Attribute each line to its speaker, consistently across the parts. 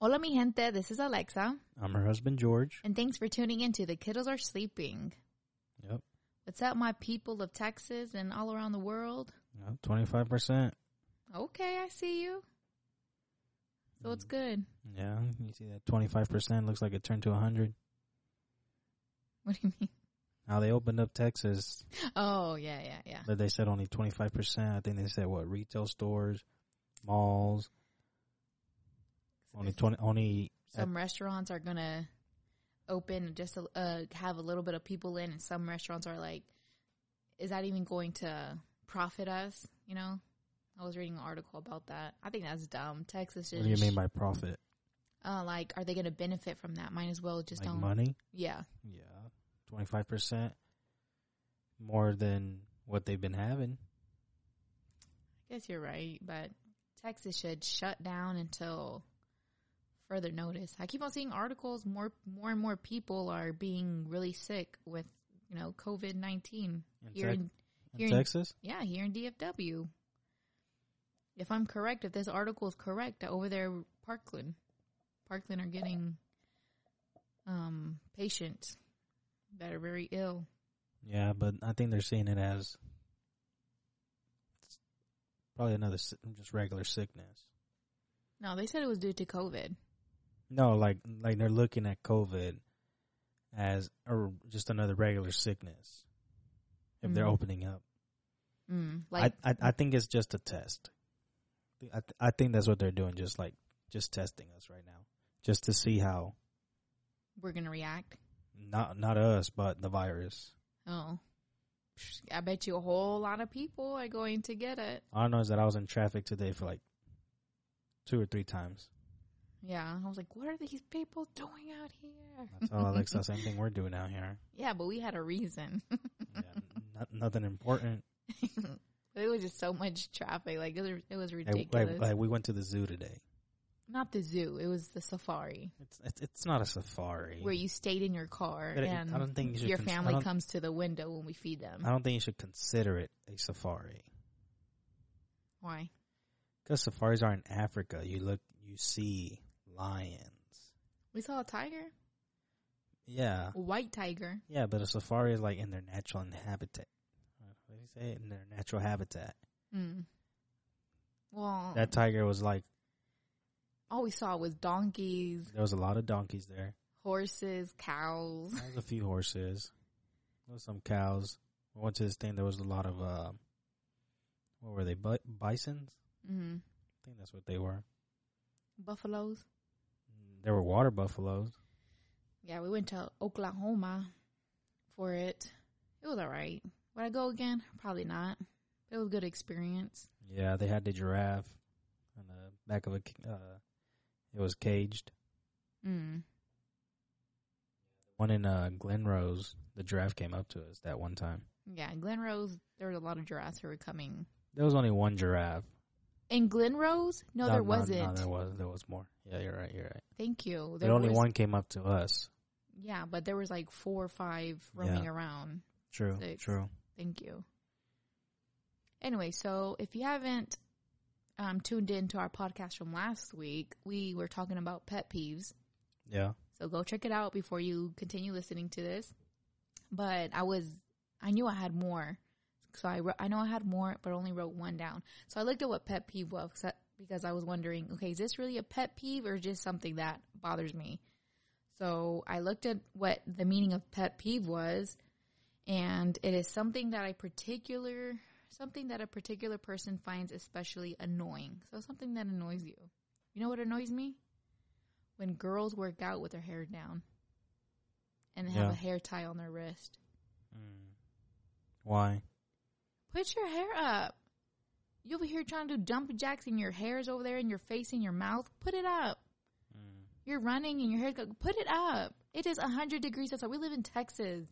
Speaker 1: Hola, mi gente. This is Alexa,
Speaker 2: I'm her husband, George.
Speaker 1: and thanks for tuning in to The Kiddos Are Sleeping.
Speaker 2: Yep.
Speaker 1: What's up, my people of Texas and all around the world?
Speaker 2: Twenty five percent.
Speaker 1: Okay, I see you. So
Speaker 2: Mm.
Speaker 1: it's good.
Speaker 2: Yeah, you see that twenty five percent looks like it turned to hundred.
Speaker 1: What do you mean?
Speaker 2: Now they opened up Texas,
Speaker 1: Oh, yeah, yeah, yeah.
Speaker 2: but they said only twenty five percent. I think they said what retail stores, malls. Only twenty. Only
Speaker 1: Some restaurants are going to open just to uh, have a little bit of people in, and some restaurants are like, is that even going to profit us? You know? I was reading an article about that. I think that's dumb. Texas is
Speaker 2: what do you mean by profit?
Speaker 1: uh, like, are they going to benefit from that? Might as well just
Speaker 2: Like
Speaker 1: don't.
Speaker 2: money?
Speaker 1: Yeah.
Speaker 2: Yeah, twenty five percent more than what they've been having.
Speaker 1: guess you're right, but Texas should shut down until further notice. I keep on seeing articles more more and more people are being really sick with, you know, COVID-19
Speaker 2: In
Speaker 1: here
Speaker 2: Tex-
Speaker 1: in
Speaker 2: In
Speaker 1: You're in-
Speaker 2: Texas,
Speaker 1: yeah, here in DFW. If I'm correct, if this article is correct, over there Parkland Parkland are getting um patients that are very ill.
Speaker 2: yeah, but I think they're seeing it as probably another si- just regular sickness.
Speaker 1: No, they said it was due to COVID.
Speaker 2: No, like like they're looking at COVID as or just another regular sickness. If they're
Speaker 1: Mhm.
Speaker 2: opening up,
Speaker 1: Mm, like
Speaker 2: I, I I think it's just a test. I th- I think that's what they're doing, just like just testing us right now, just to see how
Speaker 1: we're going to react.
Speaker 2: not not us but the virus.
Speaker 1: Oh. Psh, I bet you a whole lot of people are going to get it.
Speaker 2: All I know is that I was in traffic today for like two or three times.
Speaker 1: Yeah. I was like, what are these people doing out here?
Speaker 2: That's all Alexa. Same thing we're doing out here.
Speaker 1: yeah, but we had a reason.
Speaker 2: Yeah, not, nothing important.
Speaker 1: But it was just so much traffic. Like, it was, it was
Speaker 2: Like,
Speaker 1: ridiculous.
Speaker 2: like, like we went to the zoo today.
Speaker 1: Not the zoo. It was the safari
Speaker 2: It's it's, it's not a safari.
Speaker 1: where you stayed in your car
Speaker 2: But it-
Speaker 1: and
Speaker 2: I don't think you should
Speaker 1: your
Speaker 2: cons- I
Speaker 1: family
Speaker 2: don't-
Speaker 1: comes to the window when we feed them.
Speaker 2: I don't think you should consider it a safari
Speaker 1: Why?
Speaker 2: because safaris are in Africa. You look, you see lions.
Speaker 1: We saw a tiger.
Speaker 2: Yeah,
Speaker 1: A white tiger.
Speaker 2: yeah, but a safari is like in their natural habitat. What do you say? In their natural habitat.
Speaker 1: Mm. Well,
Speaker 2: That tiger was like
Speaker 1: all we saw was donkeys,
Speaker 2: there was a lot of donkeys there.
Speaker 1: horses, cows.
Speaker 2: There was a few horses. There was some cows. We went to this thing. There was a lot of uh, what were they? Bi- bisons.
Speaker 1: Mm.
Speaker 2: I think that's what they were.
Speaker 1: Buffaloes.
Speaker 2: Mm, There were water buffaloes.
Speaker 1: Yeah, we went to Oklahoma for it. It was all right. Would I go again? Probably not. It was a good experience.
Speaker 2: Yeah, they had the giraffe on the back of a. c- Uh, it was caged.
Speaker 1: Mm.
Speaker 2: One in uh, Glenrose, the giraffe came up to us that one time.
Speaker 1: Yeah, Glenrose, there was a lot of giraffes who were coming.
Speaker 2: There was only one giraffe.
Speaker 1: In Glenrose? No, there wasn't.
Speaker 2: No, there was. There was more. Yeah, you're right. You're right.
Speaker 1: Thank you.
Speaker 2: But only one came up to us.
Speaker 1: Yeah, but there was like four or five roaming
Speaker 2: Yeah.
Speaker 1: around.
Speaker 2: True.
Speaker 1: Six.
Speaker 2: True.
Speaker 1: Thank you. Anyway, so if you haven't um, tuned in to our podcast from last week, we were talking about pet peeves.
Speaker 2: Yeah.
Speaker 1: So go check it out before you continue listening to this. But I was, I knew I had more. So I, wrote, I know I had more, but only wrote one down. So I looked at what pet peeve was 'cause I- because I was wondering, okay, is this really a pet peeve or just something that bothers me? So I looked at what the meaning of pet peeve was, and it is something that I particular, something that a particular person finds especially annoying. So something that annoys you. You know what annoys me? when girls work out with their hair down and have
Speaker 2: Yeah.
Speaker 1: a hair tie on their wrist.
Speaker 2: Mm. Why?
Speaker 1: Put your hair up. You over here trying to do jump jacks and your hair's over there in your face and your mouth. Put it up. You're running and your hair's go. Put it up. It is 100 degrees outside. We live in Texas.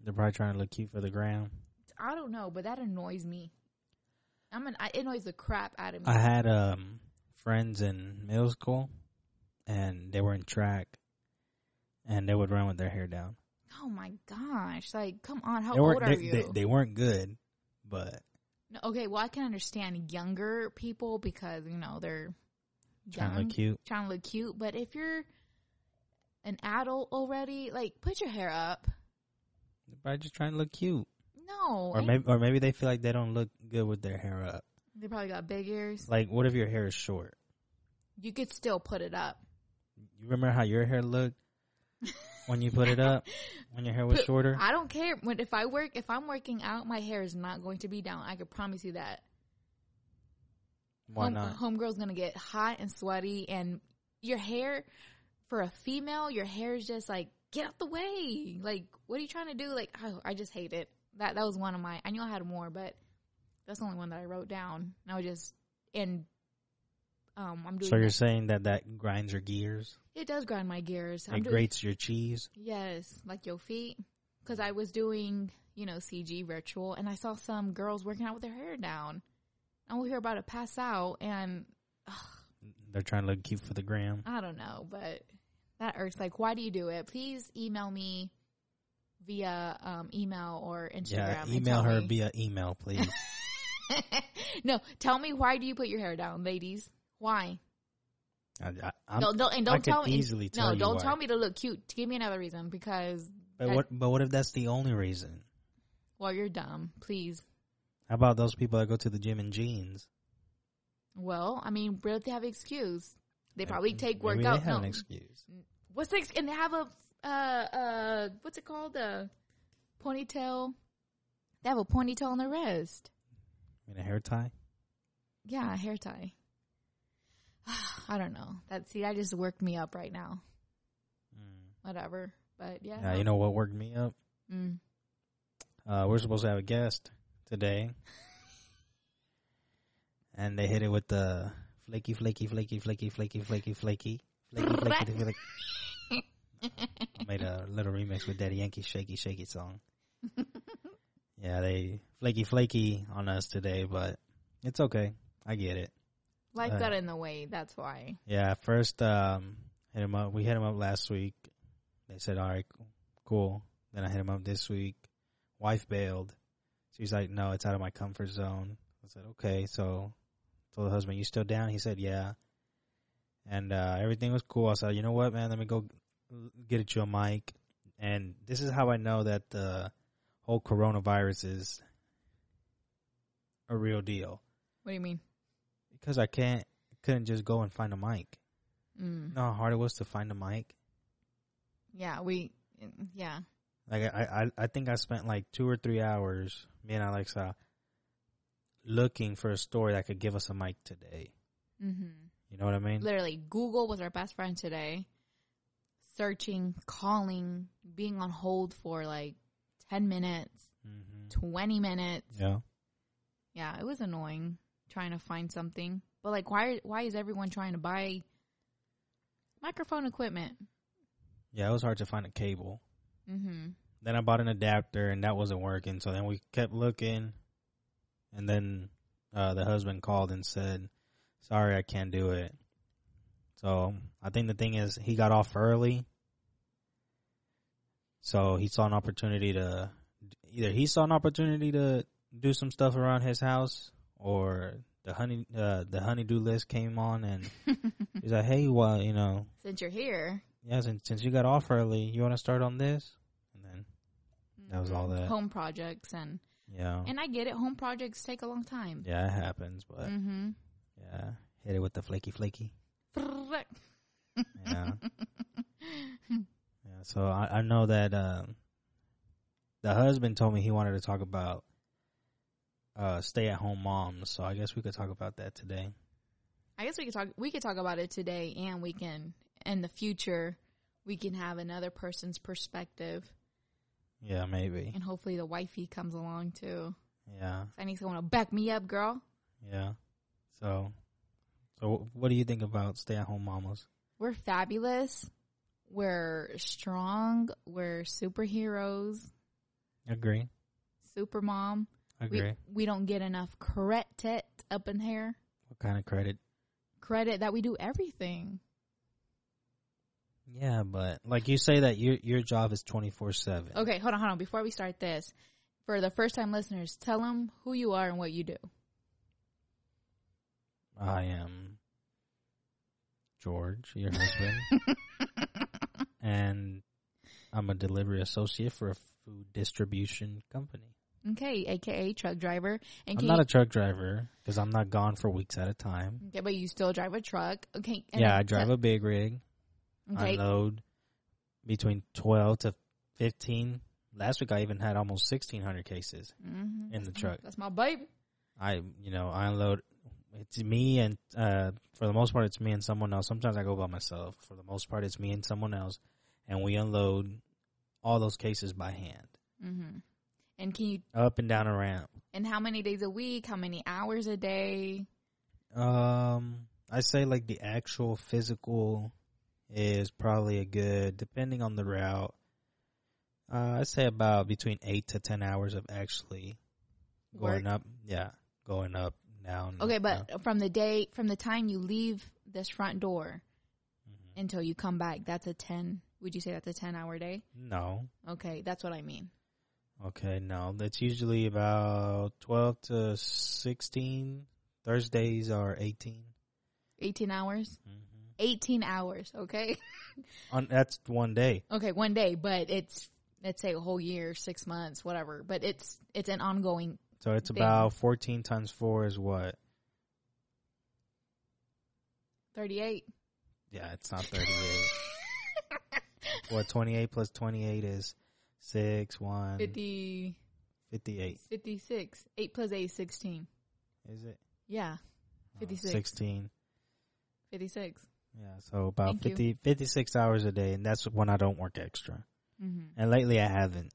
Speaker 2: They're probably trying to look cute for the gram.
Speaker 1: I don't know, but that annoys me. I'm an, I- it annoys the crap out of me.
Speaker 2: I had um friends in middle school, and they were in track, and they would run with their hair down.
Speaker 1: oh my gosh. Like, come on. How
Speaker 2: they
Speaker 1: old
Speaker 2: weren't.
Speaker 1: are
Speaker 2: they,
Speaker 1: you?
Speaker 2: They, they weren't good, but
Speaker 1: No, okay, well, I can understand younger people because you know they're
Speaker 2: Trying to
Speaker 1: young,
Speaker 2: look cute.
Speaker 1: trying to look cute. But if you're an adult already, like put your hair up.
Speaker 2: Probably just trying to look cute.
Speaker 1: No,
Speaker 2: Or
Speaker 1: ain't-
Speaker 2: maybe, or maybe they feel like they don't look good with their hair up.
Speaker 1: they probably got big ears.
Speaker 2: Like, what if your hair is short?
Speaker 1: You could still put it up.
Speaker 2: You remember how your hair looked when you put it up? When your hair was
Speaker 1: Put-
Speaker 2: shorter?
Speaker 1: I don't care when if I work if I'm working out, my hair is not going to be down. I can promise you that.
Speaker 2: Why
Speaker 1: Home-
Speaker 2: not?
Speaker 1: Homegirl's gonna get hot and sweaty, and your hair for a female, your hair is just like get out the way. Like, what are you trying to do? Like, oh, I just hate it. That that was one of my. I knew I had more, but that's the only one that I wrote down. And I was just and um, I'm doing.
Speaker 2: So you're saying that that grinds your gears?
Speaker 1: it does grind my gears. I'm
Speaker 2: It
Speaker 1: doing,
Speaker 2: grates your cheese?
Speaker 1: Yes, like your feet. Because I was doing, you know, CG virtual, and I saw some girls working out with their hair down. And we were about to pass out, and
Speaker 2: They're trying to look cute for the gram.
Speaker 1: I don't know, but that irks. Like, why do you do it? Please email me via um, email or Instagram.
Speaker 2: Yeah,
Speaker 1: and tell
Speaker 2: email her
Speaker 1: me-
Speaker 2: via email, please.
Speaker 1: no, tell me why do you put your hair down, ladies? Why?
Speaker 2: I, I, I'm,
Speaker 1: don't, don't, and don't
Speaker 2: I could
Speaker 1: tell me.
Speaker 2: easily tell
Speaker 1: no,
Speaker 2: you
Speaker 1: don't
Speaker 2: why.
Speaker 1: tell me to look cute. Give me another reason because,
Speaker 2: but what? But what if that's the only reason?
Speaker 1: well, you're dumb. Please.
Speaker 2: How about those people that go to the gym in jeans?
Speaker 1: Well, I mean, where do they have an excuse? They probably take
Speaker 2: Maybe they
Speaker 1: workout.
Speaker 2: have
Speaker 1: No, Mm.
Speaker 2: an excuse.
Speaker 1: what's the ex- and they have a uh uh what's it called a ponytail? They have a ponytail on the wrist.
Speaker 2: In a hair tie.
Speaker 1: Yeah, a hair tie. I don't know. That see, that just worked me up right now. Whatever, but yeah,
Speaker 2: Yeah, Hmm. you know what worked me up?
Speaker 1: Mm.
Speaker 2: Uh, we're supposed to have a guest today, and they hit it with the flaky, flaky, flaky, flaky, flaky, flaky, flaky, flaky, flaky, flaky. I made a little remix with that Yankee "Shaky Shaky" song. yeah, they flaky, flaky on us today, but it's okay. I get it.
Speaker 1: life
Speaker 2: uh,
Speaker 1: got in the way. That's why.
Speaker 2: Yeah, first um, hit him up. We hit him up last week. They said, "All right, cool." Then I hit him up this week. Wife bailed. She's like, "No, it's out of my comfort zone." I said, "Okay." So, told the husband, "You still down?" He said, "Yeah." And uh, everything was cool. I said, "You know what, man? Let me go get you a mic." And this is how I know that the whole coronavirus is a real deal
Speaker 1: What do you mean?
Speaker 2: because I can't couldn't just go and find a mic.
Speaker 1: Mm.
Speaker 2: You know how hard it was to find a mic.
Speaker 1: Yeah, we. Yeah,
Speaker 2: Like I, I, I think I spent like two or three hours, me and Alexa, looking for a store that could give us a mic today.
Speaker 1: hmm
Speaker 2: You know what I mean?
Speaker 1: literally google was our best friend today searching calling being on hold for like 10 minutes
Speaker 2: Mm-hmm.
Speaker 1: 20 minutes
Speaker 2: Yeah.
Speaker 1: yeah it was annoying trying to find something but like why why is everyone trying to buy microphone equipment
Speaker 2: Yeah, it was hard to find a cable.
Speaker 1: mm-hmm
Speaker 2: Then I bought an adapter, and that wasn't working. So then we kept looking, and then uh, the husband called and said, "Sorry, I can't do it." So I think the thing is, he got off early, so he saw an opportunity to either he saw an opportunity to do some stuff around his house, or the honey uh, the honeydew list came on, and he's like, "Hey, well, you know,
Speaker 1: since you're here
Speaker 2: yeah, since, since you got off early, you want to start on this?" And then That was all that.
Speaker 1: home projects and
Speaker 2: Yeah.
Speaker 1: and i get it home projects take a long time
Speaker 2: yeah, it happens, but
Speaker 1: mm-hmm
Speaker 2: yeah. Hit it with the flaky flaky. Yeah. yeah. So I, I know that um the husband told me he wanted to talk about uh stay at home moms, so I guess we could talk about that today.
Speaker 1: I guess we could talk. We could talk about it today, and we can in the future we can have another person's perspective,
Speaker 2: Yeah, maybe.
Speaker 1: and hopefully the wifey comes along too.
Speaker 2: Yeah.
Speaker 1: I need someone to back me up, girl.
Speaker 2: Yeah. So so what do you think about stay at home mamas?
Speaker 1: We're fabulous. We're strong. We're superheroes.
Speaker 2: Agree.
Speaker 1: Super mom.
Speaker 2: Agree.
Speaker 1: We we don't get enough credit up in here.
Speaker 2: what kind of credit?
Speaker 1: Credit that we do everything.
Speaker 2: Yeah, but like you say that your your job is 24/7.
Speaker 1: Okay, hold on, hold on. Before we start this, for the first time listeners, tell them who you are and what you do.
Speaker 2: I am George, your husband, and I'm a delivery associate for a food distribution company.
Speaker 1: okay, aka truck driver. And
Speaker 2: I'm
Speaker 1: can
Speaker 2: not
Speaker 1: you,
Speaker 2: a truck driver because I'm not gone for weeks at a time.
Speaker 1: okay, but you still drive a truck. Okay. and
Speaker 2: yeah,
Speaker 1: then-
Speaker 2: I drive a big rig.
Speaker 1: Okay.
Speaker 2: Unload between 12 to 15. Last week I even had almost 1600 cases.
Speaker 1: Mhm.
Speaker 2: in the truck.
Speaker 1: That's my baby.
Speaker 2: I, you know, I unload. It's me and, uh, for the most part, it's me and someone else. Sometimes I go by myself. For the most part, it's me and someone else. And we unload all those cases by hand,
Speaker 1: hmm And can you?
Speaker 2: up and down a ramp.
Speaker 1: And how many days a week? How many hours a day?
Speaker 2: Um, I say like the actual physical is probably a good, depending on the route. Uh, I say about between eight to ten hours of actually going
Speaker 1: Work.
Speaker 2: up. Yeah, going up, down.
Speaker 1: Okay,
Speaker 2: up.
Speaker 1: but from the day, from the time you leave this front door
Speaker 2: Mhm.
Speaker 1: until you come back, that's a ten. Would you say that's a ten-hour day?
Speaker 2: no.
Speaker 1: Okay, that's what I mean.
Speaker 2: Okay, no, that's usually about twelve to sixteen. Thursdays are 18
Speaker 1: Eighteen hours.
Speaker 2: Mm-hmm.
Speaker 1: Eighteen hours. Okay.
Speaker 2: On that's one day.
Speaker 1: Okay, one day, but it's let's say a whole year, six months, whatever. But it's it's an ongoing.
Speaker 2: So it's
Speaker 1: Thing.
Speaker 2: about fourteen times four is what?
Speaker 1: Thirty-eight.
Speaker 2: Yeah, it's not thirty-eight. Well, 28 plus 28 is 6, 1,
Speaker 1: 50,
Speaker 2: 58.
Speaker 1: 56. 8 plus 8 is 16.
Speaker 2: Is it?
Speaker 1: Yeah,
Speaker 2: Oh,
Speaker 1: 56.
Speaker 2: 16.
Speaker 1: 56.
Speaker 2: Yeah, so about
Speaker 1: Thank you.
Speaker 2: 50, 56 hours a day, and that's when I don't work extra.
Speaker 1: Mm-hmm.
Speaker 2: And lately I haven't.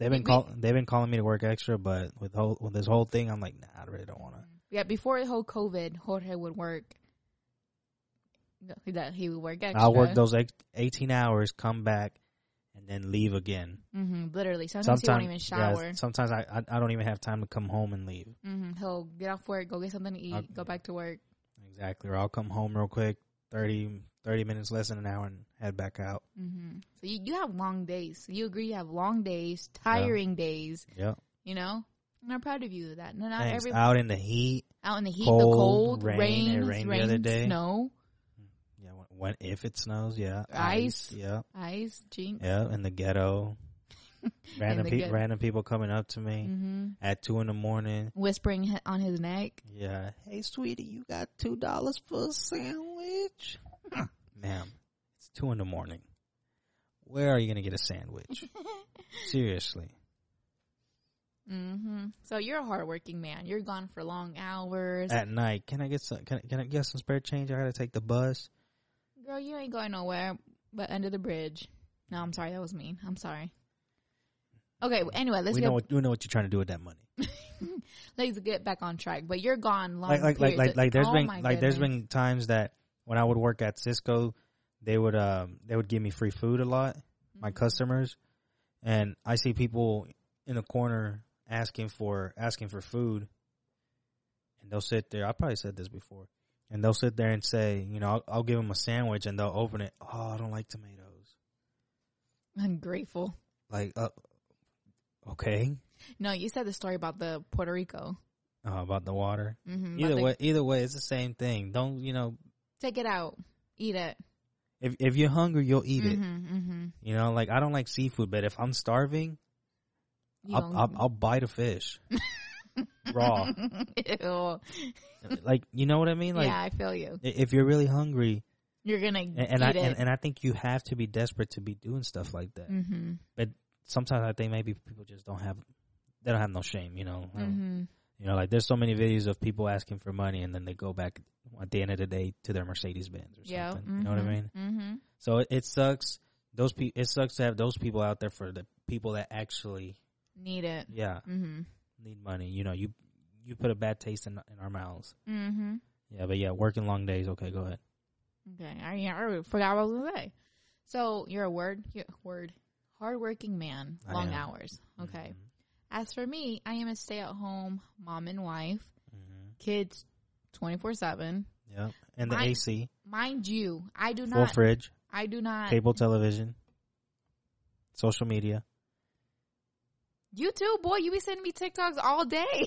Speaker 2: They've been
Speaker 1: Wait.
Speaker 2: call, they've been calling me to work extra, but with whole with this whole thing, I'm like, nah, I really don't want to.
Speaker 1: Yeah, before the whole COVID, Jorge would work. No, he does- He would work extra.
Speaker 2: I'll work those ex- 18 hours, come back, and then leave again.
Speaker 1: hmm literally. Sometimes, he won't even
Speaker 2: yeah,
Speaker 1: shower.
Speaker 2: sometimes I, I I don't even have time to come home and leave.
Speaker 1: hmm He'll get off work, go get something to eat,
Speaker 2: I-
Speaker 1: go back to work.
Speaker 2: Exactly. Or I'll come home real quick, 30, 30 minutes, less than an hour, and head back out.
Speaker 1: hmm So you, you have long days. You agree you have long days, tiring days,
Speaker 2: Yep.
Speaker 1: you know? And I'm proud of you with that. No, not
Speaker 2: Thanks.
Speaker 1: every
Speaker 2: out in the heat.
Speaker 1: out in the heat, the
Speaker 2: cold,
Speaker 1: cold,
Speaker 2: rain.
Speaker 1: rain,
Speaker 2: It
Speaker 1: rain,
Speaker 2: rained the other day.
Speaker 1: snow,
Speaker 2: Yeah, when, when if it snows, yeah,
Speaker 1: Ice.
Speaker 2: yeah,
Speaker 1: ice, jinx.
Speaker 2: yeah, in the ghetto. random
Speaker 1: the
Speaker 2: pe-
Speaker 1: ghetto.
Speaker 2: random people coming up to me
Speaker 1: hmm
Speaker 2: at two in the morning.
Speaker 1: Whispering he- on his neck.
Speaker 2: Yeah, hey sweetie, you got two dollars for a sandwich? Ma'am, it's two in the morning. Where are you gonna get a sandwich? Seriously,
Speaker 1: hmm So you're a hardworking man. You're gone for long hours.
Speaker 2: at night, can I get some? Can I, can I get some spare change? I gotta take the bus.
Speaker 1: Girl, you ain't going nowhere but under the bridge. No, I'm sorry. That was mean. I'm sorry. Okay. well, Anyway, let's
Speaker 2: we
Speaker 1: get
Speaker 2: know what we know what you're trying to do with that money.
Speaker 1: let's get back on track. But you're gone long.
Speaker 2: like like like
Speaker 1: periods of-
Speaker 2: like, like there's
Speaker 1: Oh
Speaker 2: been
Speaker 1: my
Speaker 2: like there's
Speaker 1: goodness.
Speaker 2: been times that when I would work at Cisco, they would um they would give me free food a lot, my
Speaker 1: Mhm.
Speaker 2: customers, and I see people in the corner asking for asking for food, and they'll sit there. I probably said this before, and they'll sit there and say, you know, I'll, I'll give them a sandwich, and they'll open it. Oh, I don't like tomatoes.
Speaker 1: Mm-hmm. Ungrateful.
Speaker 2: Like, uh, okay,
Speaker 1: No, you said the story about the Puerto Rico.
Speaker 2: uh, about the water.
Speaker 1: Mm-hmm,
Speaker 2: Either way, either way, it's the same thing. Don't you know?
Speaker 1: take it out, eat it.
Speaker 2: If if you're hungry, you'll eat it.
Speaker 1: Mm-hmm,
Speaker 2: You know, like I don't like seafood, but if I'm starving,
Speaker 1: You
Speaker 2: I'll, I'll I'll bite a fish raw.
Speaker 1: Ew.
Speaker 2: like you know what I mean? Like
Speaker 1: yeah, I feel you.
Speaker 2: i- if you're really hungry,
Speaker 1: You're gonna
Speaker 2: a- and, and I
Speaker 1: eat
Speaker 2: and,
Speaker 1: it.
Speaker 2: and I think you have to be desperate to be doing stuff like that.
Speaker 1: hmm
Speaker 2: Sometimes I think maybe people just don't have they don't have no shame. You know, Um,
Speaker 1: hmm
Speaker 2: you know, like there's so many videos of people asking for money and then they go back at the end of the day to their Mercedes Benz or
Speaker 1: Yeah.
Speaker 2: something. You know what I mean?
Speaker 1: Mm-hmm.
Speaker 2: So it, it sucks. Those pe- it sucks to have those people out there for the people that actually
Speaker 1: Need it.
Speaker 2: yeah
Speaker 1: Mm-hmm.
Speaker 2: need money. You know, you you put a bad taste in in our mouths.
Speaker 1: Mm-hmm.
Speaker 2: Yeah, but yeah, working long days. Okay, go ahead.
Speaker 1: Okay, I, I already forgot what I was gonna say. So you're a word, you word, hardworking man,
Speaker 2: I
Speaker 1: long
Speaker 2: am. Mm-hmm.
Speaker 1: hours. Okay. As for me, I am a stay-at-home mom and wife,
Speaker 2: Mm-hmm.
Speaker 1: kids, twenty-four seven.
Speaker 2: Yeah, and the
Speaker 1: Mine-
Speaker 2: AC,
Speaker 1: Mind you, I do
Speaker 2: full
Speaker 1: not.
Speaker 2: fridge,
Speaker 1: I do not.
Speaker 2: cable television, social media.
Speaker 1: You too, boy. You be sending me TikToks all day.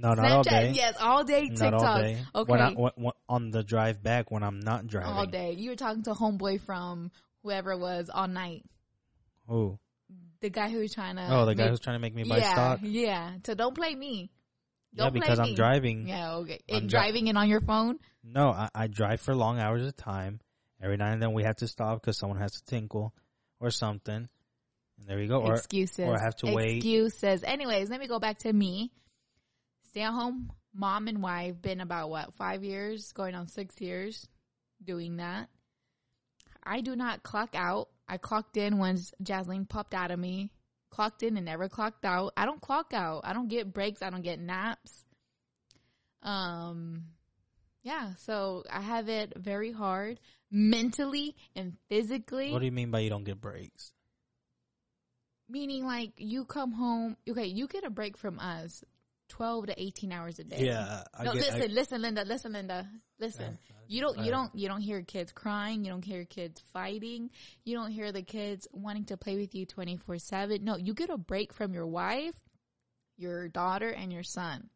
Speaker 2: No, not all day.
Speaker 1: Yes, all day TikToks.
Speaker 2: Not all day.
Speaker 1: Okay.
Speaker 2: When I, when, when- on the drive back when I'm not driving.
Speaker 1: all day. You were talking to homeboy from whoever it was all night.
Speaker 2: Who?
Speaker 1: The guy who was trying to.
Speaker 2: Oh, the guy
Speaker 1: make-
Speaker 2: who's trying to make me buy
Speaker 1: yeah,
Speaker 2: stock.
Speaker 1: Yeah. So don't play me.
Speaker 2: Yeah,
Speaker 1: Don't play
Speaker 2: because I'm
Speaker 1: me.
Speaker 2: driving.
Speaker 1: Yeah. Okay.
Speaker 2: I'm
Speaker 1: And
Speaker 2: dri-
Speaker 1: driving and on your phone.
Speaker 2: No, I, I drive for long hours at a time. Every now and then we have to stop because someone has to tinkle or something. And there you go. Or
Speaker 1: Excuses.
Speaker 2: or I have to wait.
Speaker 1: Excuses. Anyways, let me go back to me. Stay at home mom and wife. Been about what five years, going on six years, doing that. I do not clock out. I clocked in once Jasmine popped out of me. Clocked in and never clocked out. I don't clock out. I don't get breaks. I don't get naps. Um, yeah. So I have it very hard mentally and physically
Speaker 2: what do you mean by you don't get breaks?
Speaker 1: meaning like you come home okay you get a break from us 12 to 18 hours a day
Speaker 2: Yeah, I
Speaker 1: no
Speaker 2: get- I-
Speaker 1: listen listen linda listen linda listen you don't you
Speaker 2: Right.
Speaker 1: don't you don't hear kids crying you don't hear kids fighting you don't hear the kids wanting to play with you 24-7 no you get a break from your wife your daughter and your son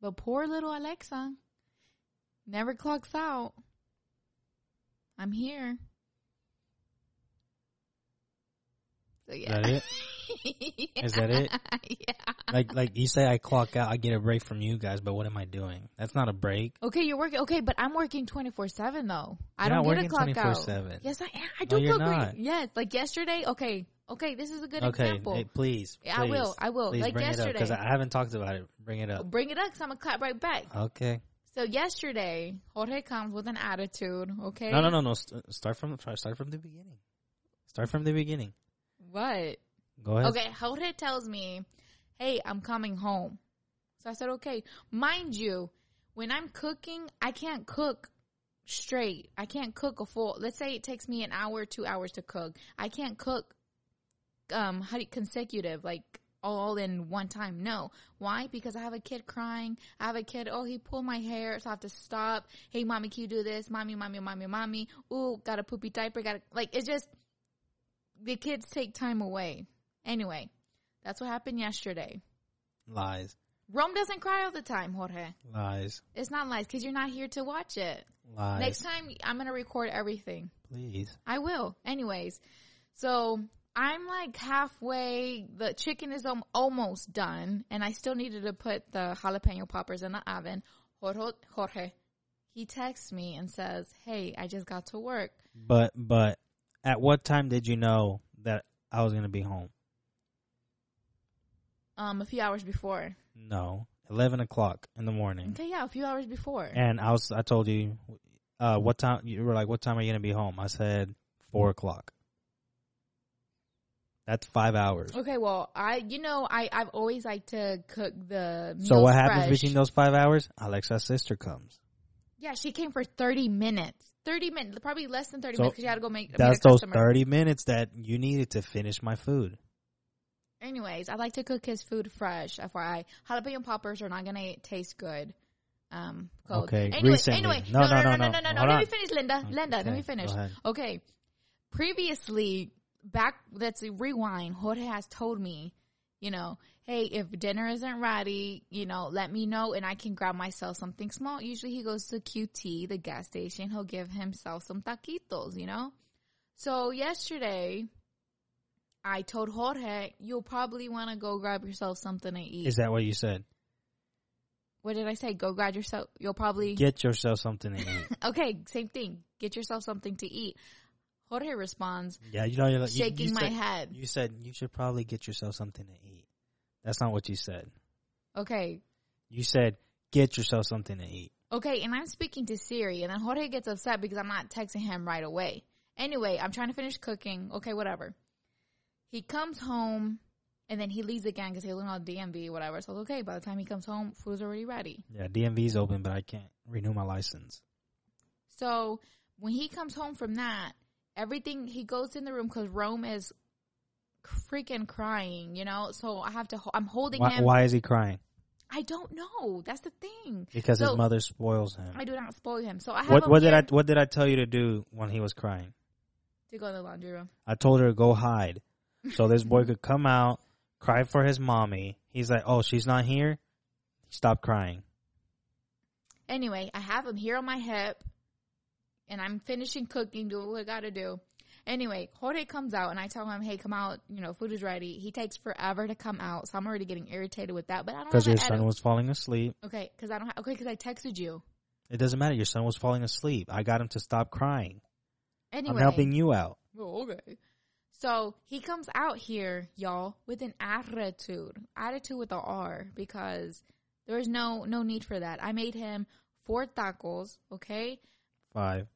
Speaker 1: but poor little alexa never clocks out i'm here so yeah
Speaker 2: that it? Is that it?
Speaker 1: yeah.
Speaker 2: Like like you say, I clock out. I get a break from you guys, but what am I doing? That's not a break.
Speaker 1: Okay, you're working. Okay, but I'm working 24 7 though. I
Speaker 2: You're
Speaker 1: don't
Speaker 2: not
Speaker 1: get a
Speaker 2: working
Speaker 1: clock out.
Speaker 2: 24/7.
Speaker 1: Yes, I am. I
Speaker 2: No,
Speaker 1: do
Speaker 2: you're
Speaker 1: feel great.
Speaker 2: not.
Speaker 1: Yes, like yesterday. Okay, okay, this is a good
Speaker 2: okay,
Speaker 1: example.
Speaker 2: hey, please,
Speaker 1: Yeah, I will.
Speaker 2: please,
Speaker 1: I will.
Speaker 2: Please
Speaker 1: like
Speaker 2: bring it up
Speaker 1: yesterday.
Speaker 2: because I uh, haven't talked about it. Bring it up.
Speaker 1: Bring it up because I'm going to clap right back.
Speaker 2: Okay.
Speaker 1: So, yesterday, Jorge comes with an attitude. Okay.
Speaker 2: No, no, no, no. St- start from try. Start from the beginning. Start from the beginning.
Speaker 1: What?
Speaker 2: Go ahead.
Speaker 1: Okay, Jorge tells me, "Hey, I'm coming home." So I said, "Okay." Mind you, when I'm cooking, I can't cook straight. I can't cook a full. Let's say it takes me an hour, two hours to cook. I can't cook um how do you, consecutive like all in one time. No, why? Because I have a kid crying. I have a kid. Oh, he pulled my hair, so I have to stop. Hey, mommy, can you do this? Mommy, mommy, mommy, mommy. Ooh, got a poopy diaper. Got to like it's just the kids take time away. Anyway, that's what happened yesterday.
Speaker 2: Lies,
Speaker 1: Rome doesn't cry all the time, Jorge.
Speaker 2: lies,
Speaker 1: It's not lies because you're not here to watch it.
Speaker 2: lies.
Speaker 1: Next time, I'm going to record everything.
Speaker 2: Please.
Speaker 1: I will. Anyways, so I'm like halfway. The chicken is al- almost done, and I still needed to put the jalapeno poppers in the oven. Jorge, Jorge he texts me and says, Hey, I just got to work.
Speaker 2: But but at what time did you know that I was gonna be home?
Speaker 1: Um, a few hours before.
Speaker 2: No, eleven o'clock in the morning.
Speaker 1: Okay, yeah, a few hours before.
Speaker 2: And I was I told you, uh, what time you were like, what time are you gonna be home? I said four o'clock. That's five hours.
Speaker 1: Okay, well, I you know I I've always liked to cook the meals
Speaker 2: So what happens
Speaker 1: fresh.
Speaker 2: between those five hours? Alexa's sister comes.
Speaker 1: Yeah, she came for thirty minutes, thirty minutes, probably less than thirty
Speaker 2: So
Speaker 1: minutes because she had to go make. meet a
Speaker 2: That's those
Speaker 1: customer.
Speaker 2: thirty minutes that you needed to finish my food.
Speaker 1: Anyways, I like to cook his food fresh. FYI, jalapeno poppers are not gonna taste good. Um, cold.
Speaker 2: Okay,
Speaker 1: Anyway,
Speaker 2: recently.
Speaker 1: anyway,
Speaker 2: No, no,
Speaker 1: no,
Speaker 2: no, no.
Speaker 1: no, no, no.
Speaker 2: Hold
Speaker 1: Let
Speaker 2: on.
Speaker 1: me finish, Linda. Linda,
Speaker 2: Okay,
Speaker 1: let me finish.
Speaker 2: go ahead.
Speaker 1: Okay. Previously, back let's rewind. Jorge has told me, you know, hey, if dinner isn't ready, you know, let me know and I can grab myself something small. Usually, he goes to QT, the gas station. He'll give himself some taquitos, you know. So yesterday, I told Jorge, you'll probably want to go grab yourself something to eat.
Speaker 2: Is that what you said?
Speaker 1: what did I say? Go grab yourself. You'll probably
Speaker 2: Get yourself something to eat.
Speaker 1: okay. Same thing. Get yourself something to eat. Jorge responds,
Speaker 2: yeah, you know, you're like, you- you
Speaker 1: shaking my
Speaker 2: said-
Speaker 1: head.
Speaker 2: You said you should probably get yourself something to eat. That's not what you said.
Speaker 1: Okay.
Speaker 2: You said get yourself something to eat.
Speaker 1: Okay, and I'm speaking to Siri, and then Jorge gets upset because I'm not texting him right away. Anyway, I'm trying to finish cooking. Okay, whatever. He comes home, and then he leaves again because he was on DMV, whatever. So, okay, by the time he comes home, food's already ready.
Speaker 2: Yeah, DMV's open, but I can't renew my license.
Speaker 1: So when he comes home from that, everything he goes in the room because Rome is freaking crying, you know. So I have to. ho- I'm holding
Speaker 2: Why,
Speaker 1: him.
Speaker 2: why is he crying?
Speaker 1: I don't know. That's the thing.
Speaker 2: Because
Speaker 1: So-
Speaker 2: his mother spoils him.
Speaker 1: I do not spoil him. So I have
Speaker 2: What
Speaker 1: him
Speaker 2: what did I
Speaker 1: here
Speaker 2: what did I tell you to do when he was crying?
Speaker 1: to go in the laundry room.
Speaker 2: I told her to go hide, so this boy could come out, cried for his mommy. He's like, oh, she's not here. Stop crying.
Speaker 1: Anyway, I have him here on my hip, and I'm finishing cooking, doing what I gotta do. Anyway, Jorge comes out, and I tell him, "Hey, come out. You know, food is ready." He takes forever to come out, so I'm already getting irritated with that. But I don't
Speaker 2: Because
Speaker 1: have
Speaker 2: your
Speaker 1: an
Speaker 2: son
Speaker 1: attitude.
Speaker 2: was falling asleep.
Speaker 1: okay, because I don't. Ha- okay, because I texted you.
Speaker 2: It doesn't matter. Your son was falling asleep. I got him to stop crying.
Speaker 1: Anyway,
Speaker 2: I'm helping you out.
Speaker 1: Oh, okay. So he comes out here, y'all, with an attitude, attitude with a R, because there's no no need for that. I made him four tacos, okay?
Speaker 2: Five.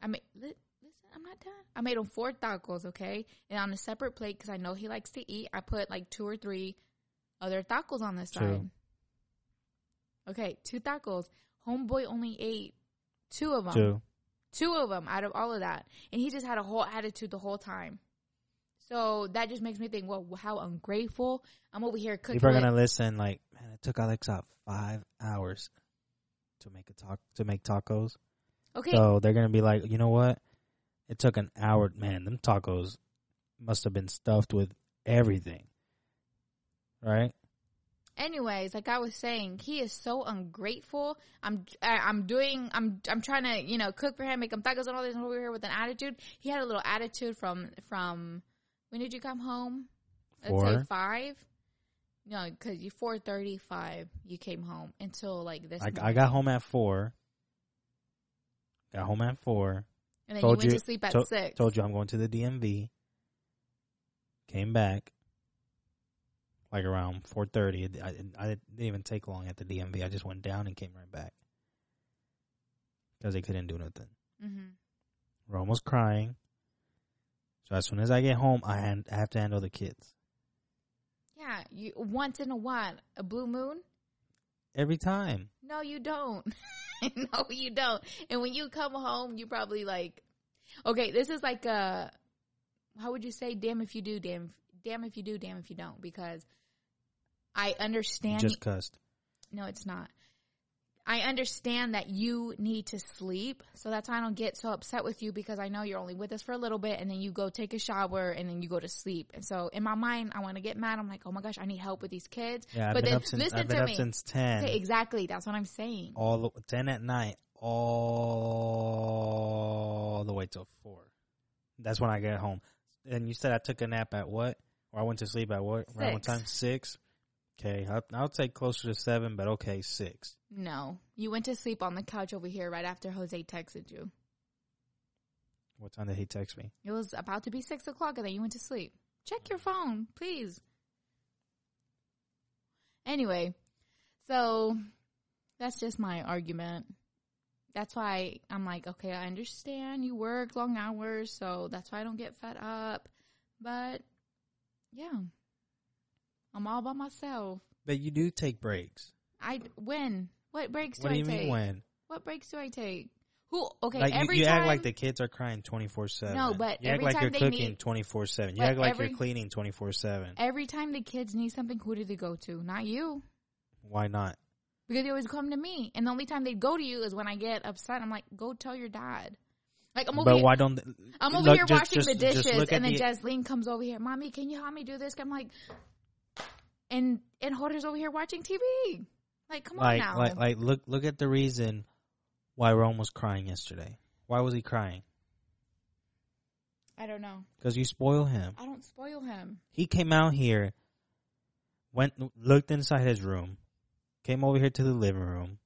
Speaker 1: I made li- listen, I'm not done. I made him four tacos, okay? And on a separate plate, because I know he likes to eat, I put like two or three other tacos on the
Speaker 2: Two.
Speaker 1: side. Okay, two tacos. Homeboy only ate two of them
Speaker 2: Two.
Speaker 1: two of them out of all of that and he just had a whole attitude the whole time so that just makes me think well how ungrateful i'm over here cooking
Speaker 2: People are gonna
Speaker 1: with-
Speaker 2: listen. Like, man, it took Alexa five hours to make a talk to make tacos.
Speaker 1: okay
Speaker 2: So they're gonna be like, you know what? It took an hour. Man, them tacos must have been stuffed with everything, right?
Speaker 1: anyways like i was saying he is so ungrateful i'm I, i'm doing i'm i'm trying to you know cook for him make him tacos and all this and over here with an attitude he had a little attitude from from when did you come home let's say
Speaker 2: Four.
Speaker 1: five no because you 435 you came home until like this
Speaker 2: I, I
Speaker 1: morning.
Speaker 2: got home at four. Got home at four.
Speaker 1: and then you
Speaker 2: told
Speaker 1: went
Speaker 2: you-
Speaker 1: to sleep at
Speaker 2: to-
Speaker 1: six
Speaker 2: Told you I'm going to the DMV. Came back like around four thirty. I, I didn't even take long at the DMV. I just went down and came right back because they couldn't do nothing.
Speaker 1: mm-hmm.
Speaker 2: We're almost crying. So as soon as I get home, I, hand, I have to handle the kids
Speaker 1: Yeah, you once in a while, a blue moon?
Speaker 2: every time.
Speaker 1: No, you don't. no, you don't. And when you come home, you probably like, okay, this is like a, how would you say, damn if you do, damn, damn if you do, damn if you don't, because I understand.
Speaker 2: Just cussed.
Speaker 1: no, it's not. I understand that you need to sleep, so that's why I don't get so upset with you because I know you're only with us for a little bit and then you go take a shower and then you go to sleep. And so in my mind, I want to get mad. I'm like, oh my gosh, I need help with these kids.
Speaker 2: Yeah, I've
Speaker 1: but
Speaker 2: been
Speaker 1: then
Speaker 2: up since
Speaker 1: listen
Speaker 2: I've been
Speaker 1: to
Speaker 2: up
Speaker 1: me.
Speaker 2: since ten.
Speaker 1: Okay, exactly. That's what I'm saying.
Speaker 2: all the, ten at night, all the way till four. That's when I get home. And you said I took a nap at what? Or I went to sleep at what? Around what
Speaker 1: Six.
Speaker 2: time? Six. Okay, I'll, I'll take closer to seven, but okay, six.
Speaker 1: No, you went to sleep on the couch over here right after Jose texted you.
Speaker 2: What time did he text me?
Speaker 1: It was about to be six o'clock, and then you went to sleep. Check your phone, please. Anyway, so that's just my argument. That's why I'm like, okay, I understand you work long hours, so that's why I don't get fed up. But yeah, I'm all by myself.
Speaker 2: But you do take breaks.
Speaker 1: I when what breaks
Speaker 2: what
Speaker 1: do,
Speaker 2: do you
Speaker 1: I
Speaker 2: mean
Speaker 1: take?
Speaker 2: when?
Speaker 1: What breaks do I take? Who? Okay,
Speaker 2: like you,
Speaker 1: every
Speaker 2: you
Speaker 1: time.
Speaker 2: act like the kids are crying twenty four seven.
Speaker 1: No, but
Speaker 2: you act
Speaker 1: every
Speaker 2: like
Speaker 1: time
Speaker 2: you're
Speaker 1: they
Speaker 2: cooking
Speaker 1: need-
Speaker 2: twenty four seven. You
Speaker 1: but
Speaker 2: act like
Speaker 1: every- Eh,
Speaker 2: you're cleaning twenty four seven.
Speaker 1: Every time the kids need something, who do they go to? Not you.
Speaker 2: Why not?
Speaker 1: Because they always come to me. And the only time they go to you is when I get upset. I'm like, go tell your dad. Like, I'm over
Speaker 2: But
Speaker 1: here.
Speaker 2: why don't? th-
Speaker 1: I'm over
Speaker 2: look,
Speaker 1: here
Speaker 2: just-
Speaker 1: washing
Speaker 2: just-
Speaker 1: the
Speaker 2: just
Speaker 1: dishes,
Speaker 2: look at
Speaker 1: and then
Speaker 2: the-
Speaker 1: Jasleen comes over here. Mommy, can you help me do this? I'm like, and and Holder's over here watching TV. Like, come
Speaker 2: like,
Speaker 1: on now.
Speaker 2: like, like, look, look at the reason why Rome was crying yesterday. Why was he crying?
Speaker 1: I don't know.
Speaker 2: Because you spoil him.
Speaker 1: I don't spoil him.
Speaker 2: He came out here, went, looked inside his room, came over here to the living room.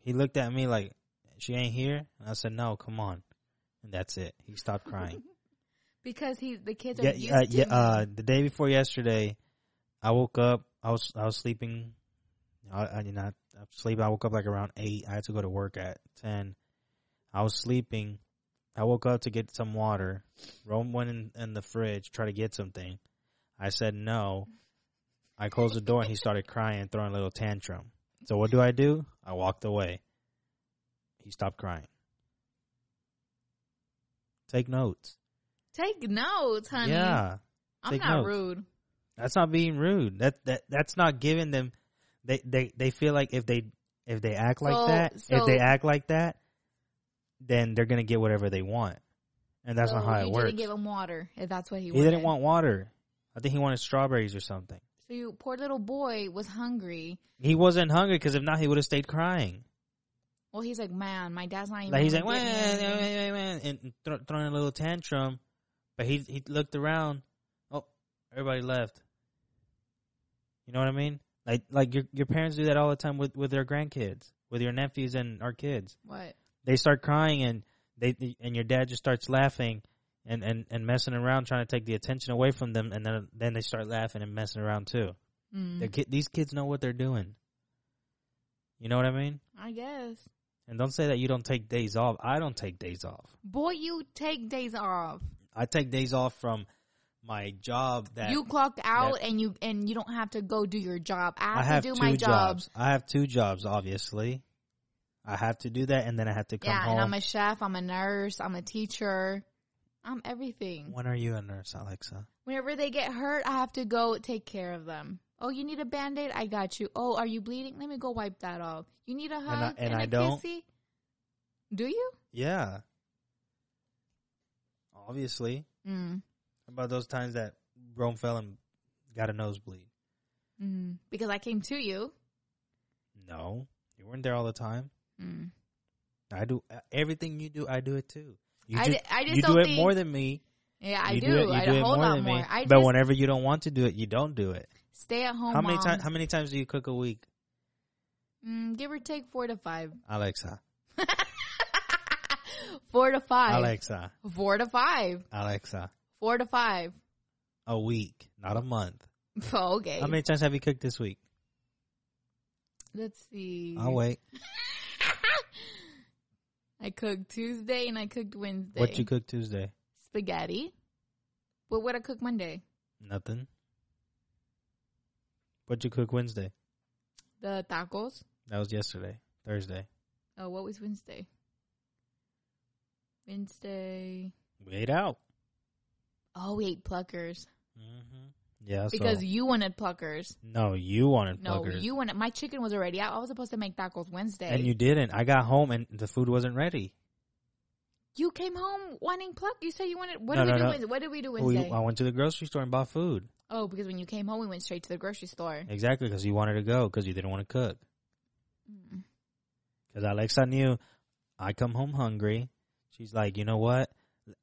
Speaker 2: He looked at me like, "She ain't here," and I said, "No, come on." And that's it. He stopped crying.
Speaker 1: because he the kids are
Speaker 2: yeah,
Speaker 1: used
Speaker 2: uh,
Speaker 1: to
Speaker 2: yeah.
Speaker 1: him.
Speaker 2: Uh, the day before yesterday, I woke up. I was I was sleeping. I, I did not I was sleeping. I woke up like around eight. I had to go to work at ten. I was sleeping. I woke up to get some water. Rome went in, in the fridge, tried to get something. I said no. I closed the door and he started crying, throwing a little tantrum. So what do I do? I walked away. He stopped crying. Take notes.
Speaker 1: Take notes, honey.
Speaker 2: Yeah.
Speaker 1: I'm
Speaker 2: take
Speaker 1: not
Speaker 2: notes.
Speaker 1: rude.
Speaker 2: That's not being rude. That that that's not giving them. They they they feel like if they if they act
Speaker 1: So-
Speaker 2: like that,
Speaker 1: so-
Speaker 2: if they act like that, then they're gonna get whatever they want, and that's
Speaker 1: So
Speaker 2: not how
Speaker 1: you
Speaker 2: it works.
Speaker 1: Didn't give him water if that's what he
Speaker 2: he
Speaker 1: wanted.
Speaker 2: didn't want water. I think he wanted strawberries or something.
Speaker 1: So you poor little boy was hungry.
Speaker 2: He wasn't hungry because if not, he would have stayed crying.
Speaker 1: Well, he's like, man, my dad's not even.
Speaker 2: Like he's like,
Speaker 1: gonna
Speaker 2: wah, wah,
Speaker 1: give me anything."
Speaker 2: wah, wah, wah," and thro- throwing a little tantrum, but he he looked around. Oh, everybody left. You know what I mean? Like like your your parents do that all the time with with their grandkids, with your nephews and our kids.
Speaker 1: What?
Speaker 2: They start crying and they- they and your dad just starts laughing and and and messing around, trying to take the attention away from them, and then then they start laughing and messing around too.
Speaker 1: Mm,
Speaker 2: The kid, these kids know what they're doing. You know what I mean?
Speaker 1: I guess.
Speaker 2: And don't say that you don't take days off. I don't take days off.
Speaker 1: Boy, you take days off.
Speaker 2: I take days off from my job that
Speaker 1: you clocked out and you and you don't have to go do your job. I have,
Speaker 2: I have
Speaker 1: to do
Speaker 2: two
Speaker 1: my job.
Speaker 2: jobs. I have two jobs, obviously. I have to do that, and then I have to come
Speaker 1: Yeah,
Speaker 2: home.
Speaker 1: and I'm a chef, I'm a nurse, I'm a teacher. I'm everything.
Speaker 2: when are you a nurse, Alexa?
Speaker 1: Whenever they get hurt, I have to go take care of them. Oh, you need a band-aid? I got you. Oh, are you bleeding? Let me go wipe that off. You need a hug
Speaker 2: I-
Speaker 1: and,
Speaker 2: and
Speaker 1: a
Speaker 2: I don't.
Speaker 1: kissy? Do you?
Speaker 2: Yeah, obviously.
Speaker 1: Mm.
Speaker 2: About those times that Rome fell and got a nosebleed.
Speaker 1: Mm. Because I came to you.
Speaker 2: No, you weren't there all the time.
Speaker 1: Mm.
Speaker 2: I do uh, everything you do. I do it too. You
Speaker 1: I,
Speaker 2: ju-
Speaker 1: di- I just
Speaker 2: you
Speaker 1: don't
Speaker 2: do it
Speaker 1: think,
Speaker 2: more than me.
Speaker 1: Yeah, I
Speaker 2: you
Speaker 1: do.
Speaker 2: it, you
Speaker 1: I
Speaker 2: do
Speaker 1: do
Speaker 2: it
Speaker 1: a whole
Speaker 2: more
Speaker 1: lot
Speaker 2: than
Speaker 1: more.
Speaker 2: me.
Speaker 1: I
Speaker 2: but
Speaker 1: just
Speaker 2: whenever you don't want to do it, you don't do it.
Speaker 1: stay at home.
Speaker 2: how many
Speaker 1: mom.
Speaker 2: times? How many times do you cook a week,
Speaker 1: Mm, give or take four to five.
Speaker 2: Alexa?
Speaker 1: four to five.
Speaker 2: Alexa,
Speaker 1: Four to five.
Speaker 2: Alexa,
Speaker 1: Four to five.
Speaker 2: a week, not a month.
Speaker 1: Oh, okay.
Speaker 2: How many times have you cooked this week?
Speaker 1: Let's see.
Speaker 2: I'll wait.
Speaker 1: I cooked Tuesday and I cooked Wednesday.
Speaker 2: What you cook Tuesday?
Speaker 1: Spaghetti. But what I cook Monday?
Speaker 2: Nothing. What you cook Wednesday?
Speaker 1: The tacos.
Speaker 2: That was yesterday. Thursday.
Speaker 1: Oh, what was Wednesday? Wednesday.
Speaker 2: We ate out.
Speaker 1: Oh, we ate pluckers
Speaker 2: Mm-hmm. Yeah.
Speaker 1: because
Speaker 2: so
Speaker 1: you wanted pluckers.
Speaker 2: no, you wanted
Speaker 1: No,
Speaker 2: pluckers,
Speaker 1: you wanted. My chicken was already out. I was supposed to make tacos Wednesday.
Speaker 2: and you didn't. I got home and the food wasn't ready.
Speaker 1: You came home wanting pluck. You said you wanted. What
Speaker 2: No,
Speaker 1: did we
Speaker 2: no, Oh,
Speaker 1: do?
Speaker 2: no.
Speaker 1: Wednesday? What did we do
Speaker 2: We,
Speaker 1: Wednesday?
Speaker 2: I went to the grocery store and bought food.
Speaker 1: oh, because when you came home, we went straight to the grocery store.
Speaker 2: Exactly, because you wanted to go because you didn't want to cook.
Speaker 1: Mm.
Speaker 2: Because Alexa knew I come home hungry. She's like, you know what?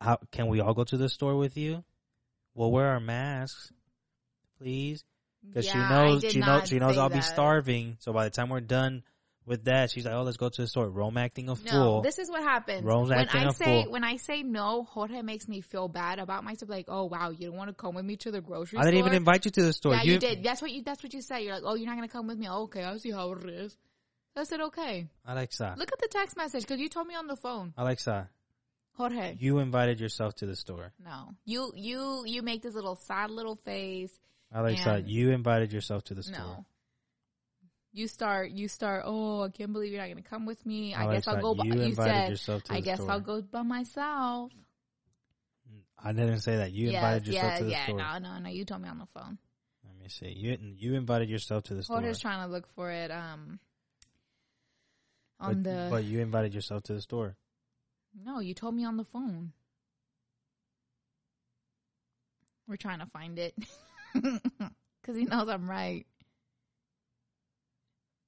Speaker 2: How can we all go to the store with you? We'll wear our masks, please. Because
Speaker 1: Yeah, I
Speaker 2: she knows
Speaker 1: did
Speaker 2: she knows
Speaker 1: not
Speaker 2: she knows
Speaker 1: say
Speaker 2: I'll be
Speaker 1: that.
Speaker 2: starving. So by the time we're done with that, she's like, oh, let's go to the store. Rome acting
Speaker 1: No,
Speaker 2: a fool.
Speaker 1: this is what happens.
Speaker 2: Rome's
Speaker 1: when
Speaker 2: acting
Speaker 1: I
Speaker 2: a
Speaker 1: say
Speaker 2: fool.
Speaker 1: when I say no, Jorge makes me feel bad about myself. Like, oh wow, you don't want to come with me to the grocery
Speaker 2: I didn't
Speaker 1: store.
Speaker 2: even invite you to the store.
Speaker 1: yeah, you, did. That's what you. That's what you said. You're like, oh, you're not gonna come with me. Okay, I see how it is. I said, okay.
Speaker 2: Alexa.
Speaker 1: Look at the text message because you told me on the phone,
Speaker 2: Alexa,
Speaker 1: Jorge.
Speaker 2: you invited yourself to the store.
Speaker 1: No, you you you make this little sad little face.
Speaker 2: Alexa,
Speaker 1: And-
Speaker 2: you invited yourself to the store.
Speaker 1: No. You start. You start. Oh, I can't believe you're not gonna come with me. I guess
Speaker 2: Alexa,
Speaker 1: I'll go. By,
Speaker 2: Oh, You
Speaker 1: you
Speaker 2: invited
Speaker 1: said.
Speaker 2: yourself to
Speaker 1: I
Speaker 2: the
Speaker 1: guess
Speaker 2: store.
Speaker 1: I'll go by myself.
Speaker 2: I didn't say that. You invited
Speaker 1: Yes,
Speaker 2: yourself
Speaker 1: yeah,
Speaker 2: to the
Speaker 1: yeah,
Speaker 2: store.
Speaker 1: No, no, no. You told me on the phone.
Speaker 2: Let me see. You you invited yourself to the store.
Speaker 1: Porter's trying to look for it. Um,
Speaker 2: but,
Speaker 1: on the
Speaker 2: but you invited yourself to the store.
Speaker 1: no, you told me on the phone. We're trying to find it because he knows I'm right.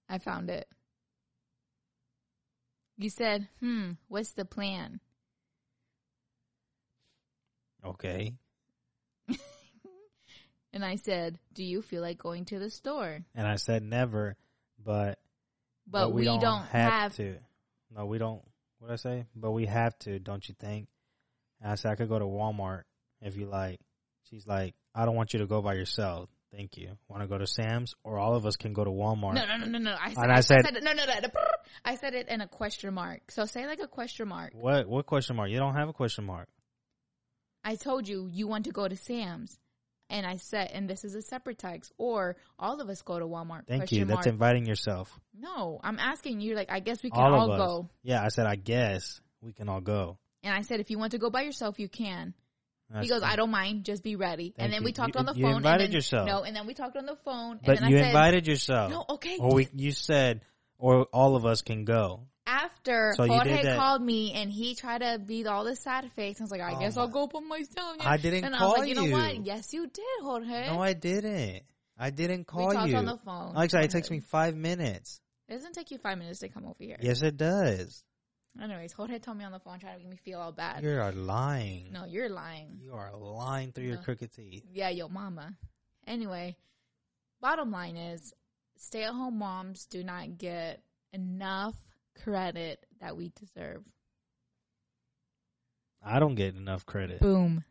Speaker 1: I found it. You said, "Hmm, what's the plan?"
Speaker 2: Okay.
Speaker 1: And I said, "Do you feel like going to the store?"
Speaker 2: And I said never, but
Speaker 1: But, we, don't,
Speaker 2: have,
Speaker 1: have.
Speaker 2: to. No, we don't. What I say? But we have to, don't you think? And I said I could go to Walmart if you like. She's like, I don't want you to go by yourself. Thank you. Want to go to Sam's or all of us can go to Walmart.
Speaker 1: No, no, no, no, no. I said,
Speaker 2: And I said-
Speaker 1: I said, no, no, no, no. I said it in a question mark. So say like a question mark.
Speaker 2: What what question mark? You don't have a question mark.
Speaker 1: I told you you want to go to Sam's, and I said, and this is a separate text, or all of us go to Walmart.
Speaker 2: Thank
Speaker 1: question
Speaker 2: you.
Speaker 1: Mark.
Speaker 2: That's inviting yourself.
Speaker 1: no, I'm asking you. Like, I guess we can
Speaker 2: All,
Speaker 1: all,
Speaker 2: of us.
Speaker 1: go.
Speaker 2: Yeah, I said I guess we can all go.
Speaker 1: And I said, if you want to go by yourself, you can.
Speaker 2: And I
Speaker 1: he goes,
Speaker 2: said-
Speaker 1: I don't mind. Just be ready.
Speaker 2: Thank
Speaker 1: and then we
Speaker 2: you.
Speaker 1: talked
Speaker 2: You-
Speaker 1: on the
Speaker 2: you
Speaker 1: phone. and
Speaker 2: invited
Speaker 1: then-
Speaker 2: yourself.
Speaker 1: No, and then we talked on the phone.
Speaker 2: But
Speaker 1: and then
Speaker 2: you Oh,
Speaker 1: I said,
Speaker 2: invited yourself.
Speaker 1: No, okay.
Speaker 2: Or we, you said, or all of us can go.
Speaker 1: After
Speaker 2: So you did
Speaker 1: Jorge
Speaker 2: that-
Speaker 1: called me and he tried to be all the sad face, I was like, I
Speaker 2: Oh
Speaker 1: guess I'll
Speaker 2: my-
Speaker 1: go put myself.
Speaker 2: I didn't
Speaker 1: and I
Speaker 2: call
Speaker 1: was like, you
Speaker 2: you.
Speaker 1: know what? Yes, you did, Jorge.
Speaker 2: No, I didn't. I didn't
Speaker 1: we
Speaker 2: call
Speaker 1: talked
Speaker 2: you.
Speaker 1: on the phone.
Speaker 2: Actually, it takes me five minutes.
Speaker 1: It doesn't take you five minutes to come over here.
Speaker 2: Yes, it does.
Speaker 1: Anyways, Jorge told me on the phone trying to make me feel all bad.
Speaker 2: You are lying.
Speaker 1: no, you're lying.
Speaker 2: You are lying through your
Speaker 1: No.
Speaker 2: crooked teeth.
Speaker 1: yeah, yo mama. Anyway, bottom line is stay at home moms do not get enough credit that we deserve.
Speaker 2: I don't get enough credit.
Speaker 1: Boom.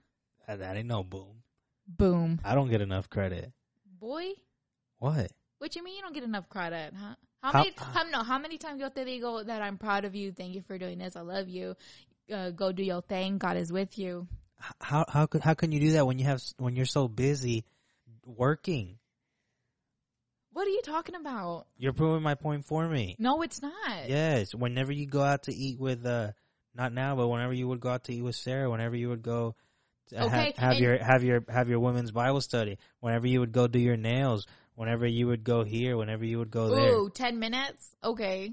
Speaker 2: I, that ain't no boom.
Speaker 1: Boom.
Speaker 2: I don't get enough credit.
Speaker 1: Boy,
Speaker 2: What?
Speaker 1: what you mean you don't get enough credit, huh? How
Speaker 2: How-
Speaker 1: many how, no, how many times yo te digo that I'm proud of you, thank you for doing this, I love you. Uh, go do your thing, God is with you.
Speaker 2: H- How how could how can you do that when you have s- when you're so busy working?
Speaker 1: What are you talking about?
Speaker 2: You're proving my point for me.
Speaker 1: No, it's not.
Speaker 2: Yes, whenever you go out to eat with uh not now, but whenever you would go out to eat with Sarah, whenever you would go to ha-
Speaker 1: Okay,
Speaker 2: have
Speaker 1: and-
Speaker 2: your have your have your women's Bible study, whenever you would go do your nails, whenever you would go here, whenever you would go there.
Speaker 1: Ooh, 10 minutes? Okay.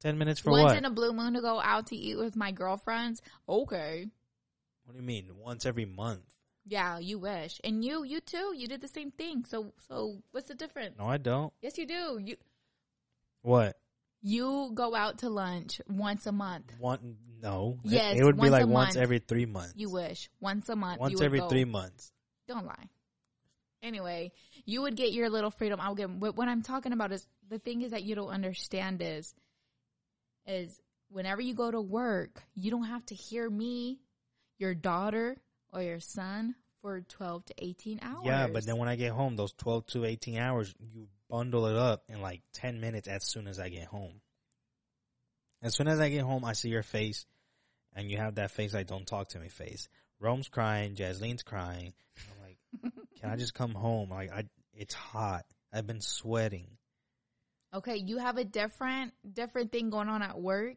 Speaker 2: 10 minutes for
Speaker 1: Once
Speaker 2: what?
Speaker 1: in a blue moon to go out to eat with my girlfriends? Okay.
Speaker 2: what do you mean? Once every month.
Speaker 1: Yeah, you wish. And you, you too, you did the same thing. So, so what's the difference?
Speaker 2: No, I don't.
Speaker 1: Yes, you do. You,
Speaker 2: What?
Speaker 1: you go out to lunch once a month.
Speaker 2: One no. It-
Speaker 1: Yes,
Speaker 2: it, would be
Speaker 1: once a
Speaker 2: like once
Speaker 1: month.
Speaker 2: every 3 months.
Speaker 1: You wish once a month. you
Speaker 2: once
Speaker 1: would
Speaker 2: every
Speaker 1: go-
Speaker 2: 3 months.
Speaker 1: Don't lie. Anyway, you would get your little freedom. I'll get. But what I'm talking about is the thing is that you don't understand is, is whenever you go to work, you don't have to hear me, your daughter or your son for 12 to 18 hours.
Speaker 2: Yeah, but then when I get home, those 12 to 18 hours, you bundle it up in like 10 minutes as soon as I get home. As soon as I get home, I see your face, and you have that face like, don't talk to me face. Rome's crying, Jasmine's crying. I'm like, can I just come home? Like, I, it's hot. I've been sweating.
Speaker 1: Okay, you have a different different thing going on at work,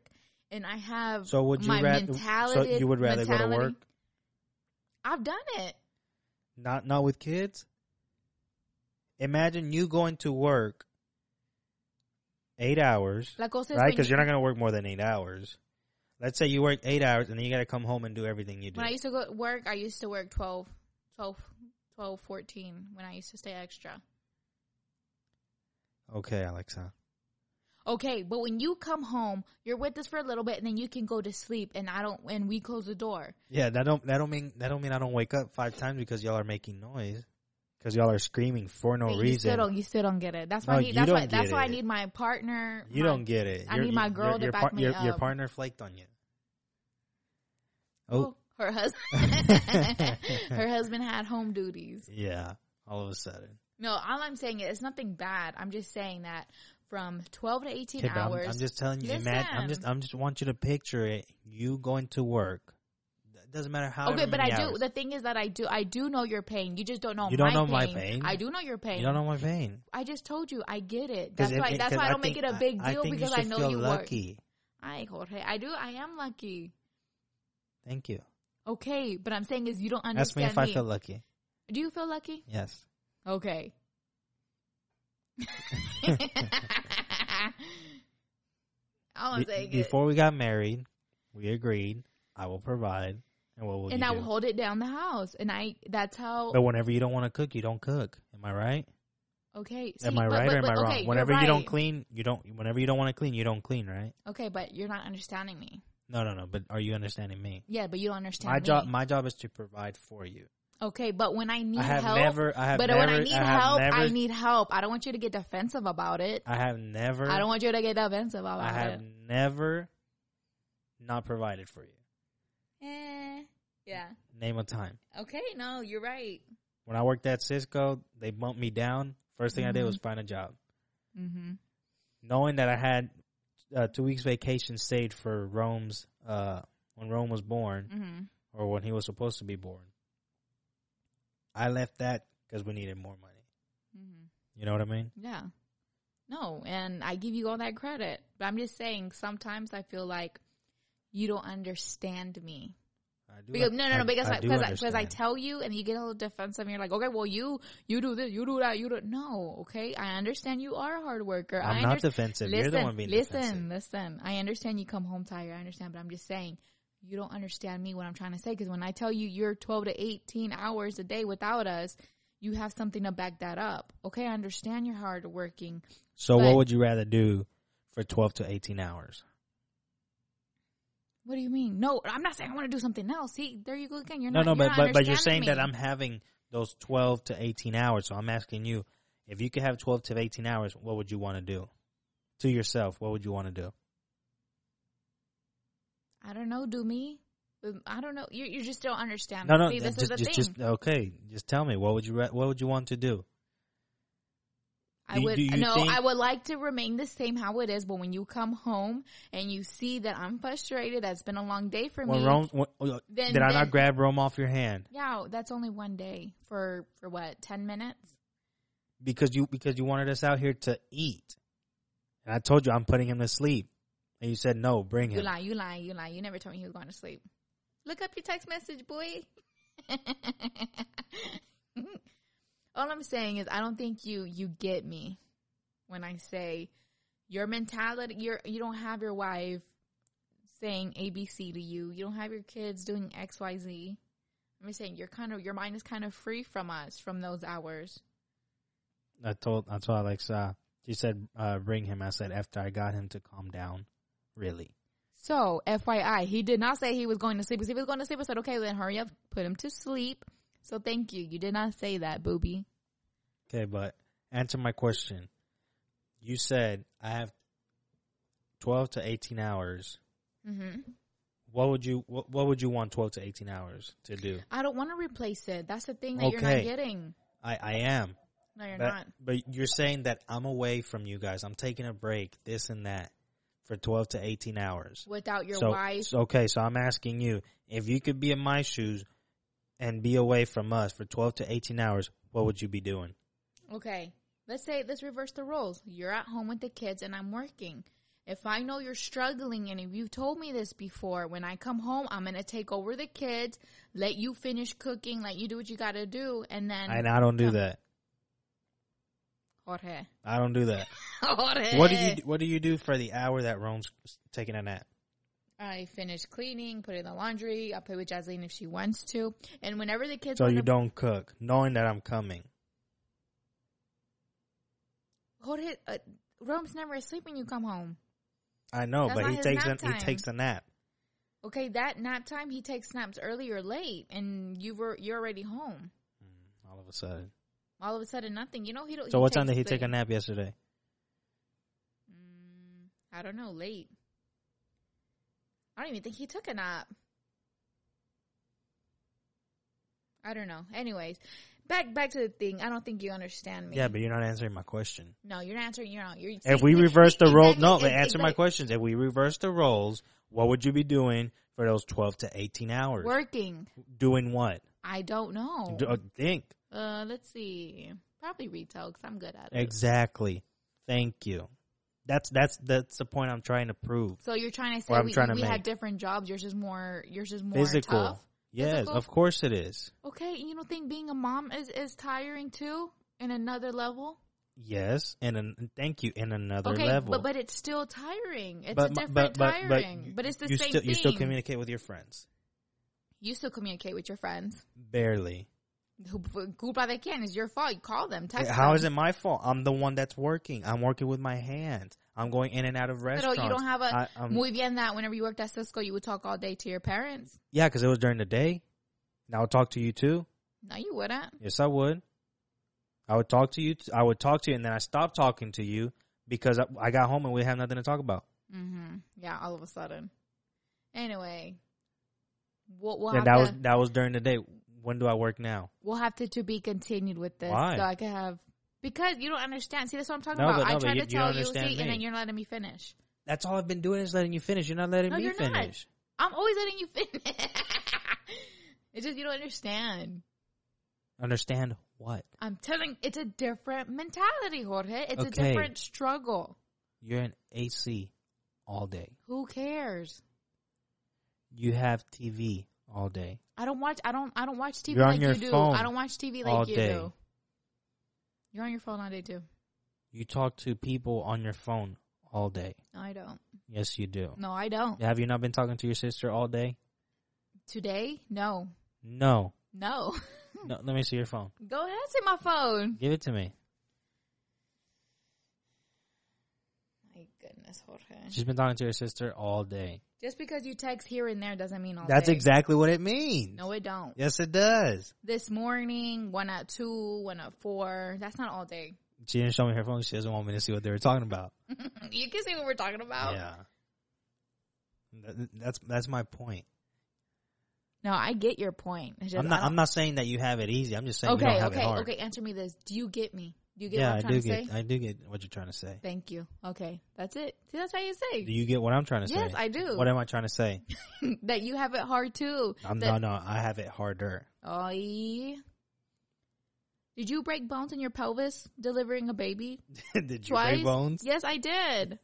Speaker 1: and I have
Speaker 2: So would you
Speaker 1: my
Speaker 2: rather, so
Speaker 1: mentality.
Speaker 2: you would rather go to
Speaker 1: mentality-
Speaker 2: work?
Speaker 1: I've done it.
Speaker 2: Not, not with kids? Imagine you going to work eight hours.
Speaker 1: La cosa es
Speaker 2: right?
Speaker 1: when,
Speaker 2: Because you're not going to work more than eight hours. Let's say you work eight hours and then you got to come home and do everything you do.
Speaker 1: when I used to go to work, I used to work 12, 12, 12, 14 when I used to stay extra.
Speaker 2: okay, Alexa.
Speaker 1: Okay, but when you come home, you're with us for a little bit, and then you can go to sleep, and I don't, and we close the door.
Speaker 2: Yeah, that don't that don't mean that don't mean I don't wake up five times because y'all are making noise because y'all are screaming for no
Speaker 1: But you
Speaker 2: reason.
Speaker 1: still don't, you still don't get it. That's why
Speaker 2: No,
Speaker 1: I need,
Speaker 2: you
Speaker 1: that's why
Speaker 2: don't
Speaker 1: that's
Speaker 2: get
Speaker 1: why I
Speaker 2: it.
Speaker 1: need my partner.
Speaker 2: you
Speaker 1: my-
Speaker 2: don't get it.
Speaker 1: I
Speaker 2: Your-
Speaker 1: need my
Speaker 2: your-
Speaker 1: girl to
Speaker 2: your
Speaker 1: back me
Speaker 2: your, Your
Speaker 1: up.
Speaker 2: partner flaked on you.
Speaker 1: Oh,
Speaker 2: Oh
Speaker 1: her husband. her husband had home duties.
Speaker 2: yeah, all of a sudden.
Speaker 1: No, all I'm saying is it's nothing bad. I'm just saying that from 12 to 18
Speaker 2: Okay, but I'm,
Speaker 1: hours.
Speaker 2: I'm just telling you. Imagine, I'm just
Speaker 1: Listen.
Speaker 2: I'm just want you to picture it. You going to work. It doesn't matter how.
Speaker 1: okay, but I
Speaker 2: many
Speaker 1: do.
Speaker 2: hours.
Speaker 1: The thing is that I do. I do know your pain. You just don't know.
Speaker 2: You don't
Speaker 1: my
Speaker 2: know
Speaker 1: pain.
Speaker 2: my pain.
Speaker 1: I do know your pain.
Speaker 2: You don't know my pain.
Speaker 1: I just told you. I get it. That's
Speaker 2: 'Cause it-
Speaker 1: why.
Speaker 2: it-
Speaker 1: that's
Speaker 2: 'cause
Speaker 1: why I don't
Speaker 2: think-
Speaker 1: make it a big
Speaker 2: I
Speaker 1: deal
Speaker 2: think you
Speaker 1: because I
Speaker 2: should
Speaker 1: know
Speaker 2: feel
Speaker 1: you work.
Speaker 2: lucky.
Speaker 1: I Jorge. I do. I am lucky.
Speaker 2: Thank you.
Speaker 1: Okay, but I'm saying is you don't
Speaker 2: Ask me
Speaker 1: understand
Speaker 2: if I feel lucky.
Speaker 1: do you feel lucky?
Speaker 2: Yes.
Speaker 1: Okay. All I'm
Speaker 2: Be-
Speaker 1: saying is,
Speaker 2: before we got married, we agreed I will provide, and what will
Speaker 1: and
Speaker 2: you
Speaker 1: I
Speaker 2: do?
Speaker 1: will hold it down the house, and I. That's how.
Speaker 2: but whenever you don't want to cook, you don't cook. Am I right?
Speaker 1: Okay.
Speaker 2: am
Speaker 1: see,
Speaker 2: I
Speaker 1: but-
Speaker 2: right
Speaker 1: but-
Speaker 2: or am
Speaker 1: but-
Speaker 2: I wrong?
Speaker 1: okay, you're
Speaker 2: whenever you don't
Speaker 1: right.
Speaker 2: clean, you don't. Whenever you don't want to clean, you don't clean, right?
Speaker 1: Okay, but you're not understanding me.
Speaker 2: No, no, no. But are you understanding me?
Speaker 1: Yeah, but you don't understand
Speaker 2: my
Speaker 1: me.
Speaker 2: job, my job is to provide for you.
Speaker 1: Okay, but when I need
Speaker 2: I have
Speaker 1: help,
Speaker 2: never, I have
Speaker 1: but
Speaker 2: never,
Speaker 1: when I need
Speaker 2: have
Speaker 1: help,
Speaker 2: never,
Speaker 1: I need help. I don't want you to get defensive about it.
Speaker 2: I have never,
Speaker 1: I don't want you to get defensive about
Speaker 2: I have
Speaker 1: it.
Speaker 2: never not provided for you.
Speaker 1: Eh, yeah.
Speaker 2: Name a time.
Speaker 1: Okay. No, you're right.
Speaker 2: when I worked at Cisco, they bumped me down. First thing I did
Speaker 1: Mhm.
Speaker 2: was find a job,
Speaker 1: Mm-hmm.
Speaker 2: knowing that I had uh, two weeks vacation saved for Rome's uh, when Rome was born
Speaker 1: Mm-hmm.
Speaker 2: or when he was supposed to be born. I left that because we needed more money.
Speaker 1: Mm-hmm.
Speaker 2: You know what I mean?
Speaker 1: Yeah. No, and I give you all that credit, but I'm just saying sometimes I feel like you don't understand me.
Speaker 2: I I do.
Speaker 1: Because, no, no,
Speaker 2: I-
Speaker 1: no, because
Speaker 2: I
Speaker 1: I,
Speaker 2: do
Speaker 1: because I, because I
Speaker 2: understand.
Speaker 1: tell you and you get a little defensive and you're like, okay, well, you, you do this, you do that, you do, no, okay? I understand you are a hard worker. I
Speaker 2: I'm not
Speaker 1: under-
Speaker 2: defensive. You're the one being
Speaker 1: listen,
Speaker 2: defensive.
Speaker 1: listen. I understand you come home tired. I understand, but I'm just saying you don't understand me what I'm trying to say. Because when I tell you you're 12 to 18 hours a day without us, you have something to back that up. Okay, I understand you're hard working.
Speaker 2: So what
Speaker 1: but-
Speaker 2: would you rather do for 12 to 18 hours?
Speaker 1: What do you mean? No, I'm not saying I want to do something else. See, there you go again. You're
Speaker 2: No,
Speaker 1: not.
Speaker 2: no,
Speaker 1: you're not
Speaker 2: but but, but you're
Speaker 1: understanding
Speaker 2: saying that
Speaker 1: me.
Speaker 2: I'm having those 12 to 18 hours. So I'm asking you, if you could have 12 to 18 hours, what would you want to do? To yourself, what would you want to do?
Speaker 1: I don't know. Do me? Um, I don't know. You you just don't understand.
Speaker 2: No,
Speaker 1: me.
Speaker 2: no,
Speaker 1: See, this
Speaker 2: just,
Speaker 1: is the thing.
Speaker 2: just, just okay. Just tell me what would you ra- what would you want to do?
Speaker 1: I
Speaker 2: Do-
Speaker 1: would
Speaker 2: do you
Speaker 1: no,
Speaker 2: think-
Speaker 1: I would like to remain the same how it is, but when you come home and you see that I'm frustrated, that's been a long day for
Speaker 2: When
Speaker 1: me.
Speaker 2: Rome, when, uh,
Speaker 1: Then-
Speaker 2: did I
Speaker 1: then-
Speaker 2: not grab Rome off your hand
Speaker 1: yeah, that's only one day for for what ten minutes.
Speaker 2: because you because you wanted us out here to eat? And I told you I'm putting him to sleep, and you said no, bring
Speaker 1: You
Speaker 2: him.
Speaker 1: lie, you lie, you lie. You never told me he was going to sleep. Look up your text message, boy. All I'm saying is I don't think you you get me when I say your mentality you're you don't have your wife saying ABC to you. You don't have your kids doing XYZ. I'm just saying you're kind of your mind is kind of free from us from those hours.
Speaker 2: I told I told Alexa. She said uh, bring him. I said after I got him to calm down, really.
Speaker 1: So, FYI, he did not say he was going to sleep. Because if he was going to sleep, I said, okay, then hurry up, put him to sleep. So, thank you. You did not say that, booby.
Speaker 2: Okay, but answer my question. You said I have twelve to eighteen hours.
Speaker 1: hmm
Speaker 2: What would you what, what would you want twelve to eighteen hours to do?
Speaker 1: I don't want to replace it. That's the thing that you're not
Speaker 2: Okay.
Speaker 1: getting.
Speaker 2: I I am.
Speaker 1: No, you're
Speaker 2: But-
Speaker 1: not.
Speaker 2: But you're saying that I'm away from you guys. I'm taking a break, this and that, for 12 to 18 hours.
Speaker 1: Without your
Speaker 2: so,
Speaker 1: wife.
Speaker 2: so- Okay, so I'm asking you if you could be in my shoes and be away from us for 12 to 18 hours, what would you be doing?
Speaker 1: Okay. Let's say, let's reverse the roles. You're at home with the kids and I'm working. If I know you're struggling and if you've told me this before, when I come home, I'm going to take over the kids, let you finish cooking, let you do what you got to do, and then.
Speaker 2: And I don't do that.
Speaker 1: Jorge.
Speaker 2: I don't do that.
Speaker 1: Jorge.
Speaker 2: What do you What do you do for the hour that Rome's taking a nap?
Speaker 1: I finish cleaning, put in the laundry. I play with Jazlene if she wants to, and whenever the kids
Speaker 2: So
Speaker 1: want
Speaker 2: you
Speaker 1: to,
Speaker 2: don't cook, knowing that I'm coming.
Speaker 1: hold it. Uh, Rome's never asleep when you come home.
Speaker 2: I know,
Speaker 1: That's
Speaker 2: but
Speaker 1: not
Speaker 2: he
Speaker 1: his
Speaker 2: takes
Speaker 1: nap
Speaker 2: a, he
Speaker 1: time.
Speaker 2: takes a nap.
Speaker 1: Okay, that nap time he takes naps early or late, and you were you're already home.
Speaker 2: All of a sudden.
Speaker 1: All of a sudden, nothing. You know he don't.
Speaker 2: So
Speaker 1: he
Speaker 2: what time did he
Speaker 1: takes
Speaker 2: take a
Speaker 1: late.
Speaker 2: nap yesterday?
Speaker 1: Mm, I don't know. Late. I don't even think he took a nap. I don't know. Anyways, back back to the thing. I don't think you understand me.
Speaker 2: Yeah, but you're not answering my question.
Speaker 1: no, you're not answering. You're not. You're
Speaker 2: If we reverse the role, no,
Speaker 1: Exactly,
Speaker 2: answer my
Speaker 1: exactly.
Speaker 2: questions. If we reverse the roles, what would you be doing for those 12 to 18 hours?
Speaker 1: working.
Speaker 2: Doing what?
Speaker 1: I don't know.
Speaker 2: Do- uh, think.
Speaker 1: Uh, let's see. Probably retail because I'm good at it.
Speaker 2: Exactly. Thank you. That's, that's, that's the point I'm trying to prove.
Speaker 1: So you're trying to
Speaker 2: Or
Speaker 1: say
Speaker 2: I'm
Speaker 1: we,
Speaker 2: trying to
Speaker 1: we had
Speaker 2: make-
Speaker 1: different jobs. Yours is more. Yours is more
Speaker 2: Physical.
Speaker 1: tough.
Speaker 2: Yes,
Speaker 1: Physical?
Speaker 2: of course it is.
Speaker 1: Okay, you don't think being a mom is is tiring too in another level?
Speaker 2: Yes, and an, thank you in another
Speaker 1: okay,
Speaker 2: level.
Speaker 1: but but it's still tiring. It's a
Speaker 2: But my-
Speaker 1: different
Speaker 2: but- but- but
Speaker 1: tiring, but,
Speaker 2: you-
Speaker 1: it's the
Speaker 2: you
Speaker 1: same
Speaker 2: still,
Speaker 1: thing.
Speaker 2: You still communicate with your friends.
Speaker 1: You still communicate with your friends.
Speaker 2: Barely.
Speaker 1: Who Culpa de quien? It's your fault. You call them. Text
Speaker 2: How
Speaker 1: them.
Speaker 2: is it my fault? I'm the one that's working. I'm working with my hands. I'm going in and out of
Speaker 1: Pero
Speaker 2: restaurants.
Speaker 1: you don't have a
Speaker 2: I- I'm-
Speaker 1: muy bien that whenever you worked at Cisco, you would talk all day to your parents.
Speaker 2: Yeah, because it was during the day. And I would talk to you too.
Speaker 1: No, you wouldn't.
Speaker 2: Yes, I would. I would talk to you. T- I would talk to you, and then I stopped talking to you because I, I got home and we had nothing to talk about.
Speaker 1: Mm-hmm. Yeah, all of a sudden. Anyway, we'll, we'll
Speaker 2: and
Speaker 1: have
Speaker 2: that
Speaker 1: to
Speaker 2: was that was during the day. When do I work now?
Speaker 1: we'll have to, to be continued with this.
Speaker 2: Why?
Speaker 1: So I could have because you don't understand. See, that's what I'm talking
Speaker 2: No,
Speaker 1: about.
Speaker 2: but- no,
Speaker 1: I
Speaker 2: but
Speaker 1: tried
Speaker 2: you-
Speaker 1: to
Speaker 2: you
Speaker 1: tell
Speaker 2: don't
Speaker 1: you,
Speaker 2: understand
Speaker 1: see, and then
Speaker 2: me.
Speaker 1: you're not letting me finish.
Speaker 2: That's all I've been doing is letting you finish. You're not letting
Speaker 1: No,
Speaker 2: me
Speaker 1: you're not.
Speaker 2: finish.
Speaker 1: I'm always letting you finish. it's just you don't understand.
Speaker 2: Understand what?
Speaker 1: I'm telling. It's a different mentality, Jorge. It's a
Speaker 2: Okay.
Speaker 1: different struggle.
Speaker 2: You're in AC all day.
Speaker 1: Who cares?
Speaker 2: You have TV all day.
Speaker 1: I don't watch. I don't. I don't watch TV
Speaker 2: You're on
Speaker 1: like
Speaker 2: your
Speaker 1: you do.
Speaker 2: phone
Speaker 1: I don't watch TV like
Speaker 2: all
Speaker 1: you
Speaker 2: day.
Speaker 1: do. You're on your phone all day too.
Speaker 2: You talk to people on your phone all day.
Speaker 1: No, I don't.
Speaker 2: Yes, you do.
Speaker 1: No, I don't.
Speaker 2: Have you not been talking to your sister all day?
Speaker 1: Today, no,
Speaker 2: No.
Speaker 1: no.
Speaker 2: No, let me see your phone.
Speaker 1: Go ahead, see my phone.
Speaker 2: Give it to me.
Speaker 1: My goodness, Jorge.
Speaker 2: She's been talking to her sister all day.
Speaker 1: Just because you text here and there doesn't mean all
Speaker 2: That's
Speaker 1: day.
Speaker 2: exactly what it means.
Speaker 1: No, it don't.
Speaker 2: Yes, it does.
Speaker 1: This morning, one at two, one at four. That's not all day.
Speaker 2: She didn't show me her phone. She doesn't want me to see what they were talking about.
Speaker 1: you can see what we're talking about.
Speaker 2: Yeah. Th- That's that's my point.
Speaker 1: No, I get your point. It's just,
Speaker 2: I'm not
Speaker 1: I don't-
Speaker 2: I'm not saying that you have it easy. I'm just saying you
Speaker 1: okay,
Speaker 2: don't have
Speaker 1: okay,
Speaker 2: it hard.
Speaker 1: okay. Answer me this. Do you get me? Do you get
Speaker 2: yeah,
Speaker 1: what
Speaker 2: I
Speaker 1: I'm trying to
Speaker 2: do
Speaker 1: say?
Speaker 2: get I do get what you're trying to say.
Speaker 1: Thank you. Okay, that's it. See, that's how you say.
Speaker 2: Do you get what I'm trying to
Speaker 1: yes,
Speaker 2: say?
Speaker 1: I do.
Speaker 2: What am I trying to say?
Speaker 1: that you have it hard too.
Speaker 2: I'm
Speaker 1: that,
Speaker 2: no no. I have it harder.
Speaker 1: Ay. Did you break bones in your pelvis delivering a baby?
Speaker 2: Did you
Speaker 1: Twice?
Speaker 2: break bones?
Speaker 1: Yes, I did.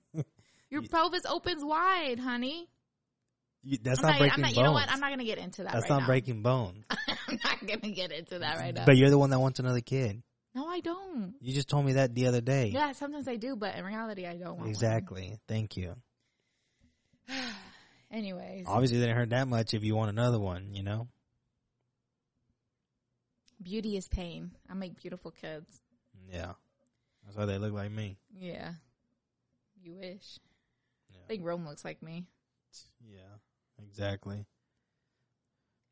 Speaker 1: Your pelvis opens wide, honey.
Speaker 2: You- that's
Speaker 1: I'm
Speaker 2: not, breaking
Speaker 1: I'm not,
Speaker 2: bones.
Speaker 1: You know what? I'm not gonna get into that.
Speaker 2: that's
Speaker 1: right
Speaker 2: not
Speaker 1: now.
Speaker 2: breaking bones.
Speaker 1: I'm not gonna get into that right now.
Speaker 2: But you're the one that wants another kid.
Speaker 1: no, I don't.
Speaker 2: You just told me that the other day.
Speaker 1: Yeah, sometimes I do, but in reality, I don't. Want
Speaker 2: Exactly. Thank you.
Speaker 1: One. Anyways,
Speaker 2: Obviously, it didn't hurt that much if you want another one, you know?
Speaker 1: beauty is pain. I make beautiful kids.
Speaker 2: Yeah. That's why they look like me.
Speaker 1: Yeah, you wish.
Speaker 2: Yeah.
Speaker 1: I think Rome looks like me.
Speaker 2: Yeah, exactly.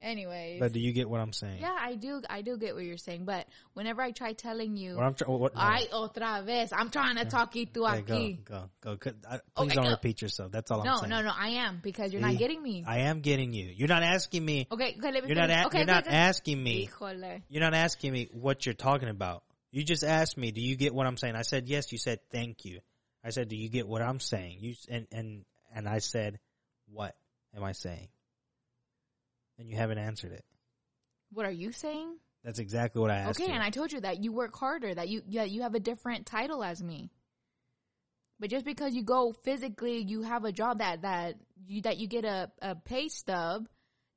Speaker 1: Anyways,
Speaker 2: But do you get what I'm saying?
Speaker 1: yeah, I do. I do get what you're saying, but whenever I try telling you,
Speaker 2: What I'm trying. What? no.
Speaker 1: I otra vez, I'm trying to talk you through
Speaker 2: Okay, go,
Speaker 1: aquí.
Speaker 2: go, go. 'Cause I-
Speaker 1: Oh,
Speaker 2: Please
Speaker 1: I
Speaker 2: don't
Speaker 1: go-
Speaker 2: repeat yourself. That's all I'm
Speaker 1: No,
Speaker 2: saying.
Speaker 1: no, no, I am because you're
Speaker 2: See?
Speaker 1: not getting me.
Speaker 2: I am getting you. You're not asking me.
Speaker 1: okay, okay, let me
Speaker 2: You're not.
Speaker 1: finish.
Speaker 2: A-
Speaker 1: okay,
Speaker 2: you're not
Speaker 1: okay,
Speaker 2: asking me.
Speaker 1: Híjole.
Speaker 2: You're not asking me what you're talking about. You just asked me, do you get what I'm saying? I said yes. You said thank you. I said, do you get what I'm saying? You s- and and and I said, what am I saying? And you haven't answered it.
Speaker 1: What are you saying?
Speaker 2: That's exactly what I asked
Speaker 1: okay,
Speaker 2: you.
Speaker 1: and I told you that you work harder, that you that you have a different title as me. But just because you go physically, you have a job that that you that you get a, a pay stub,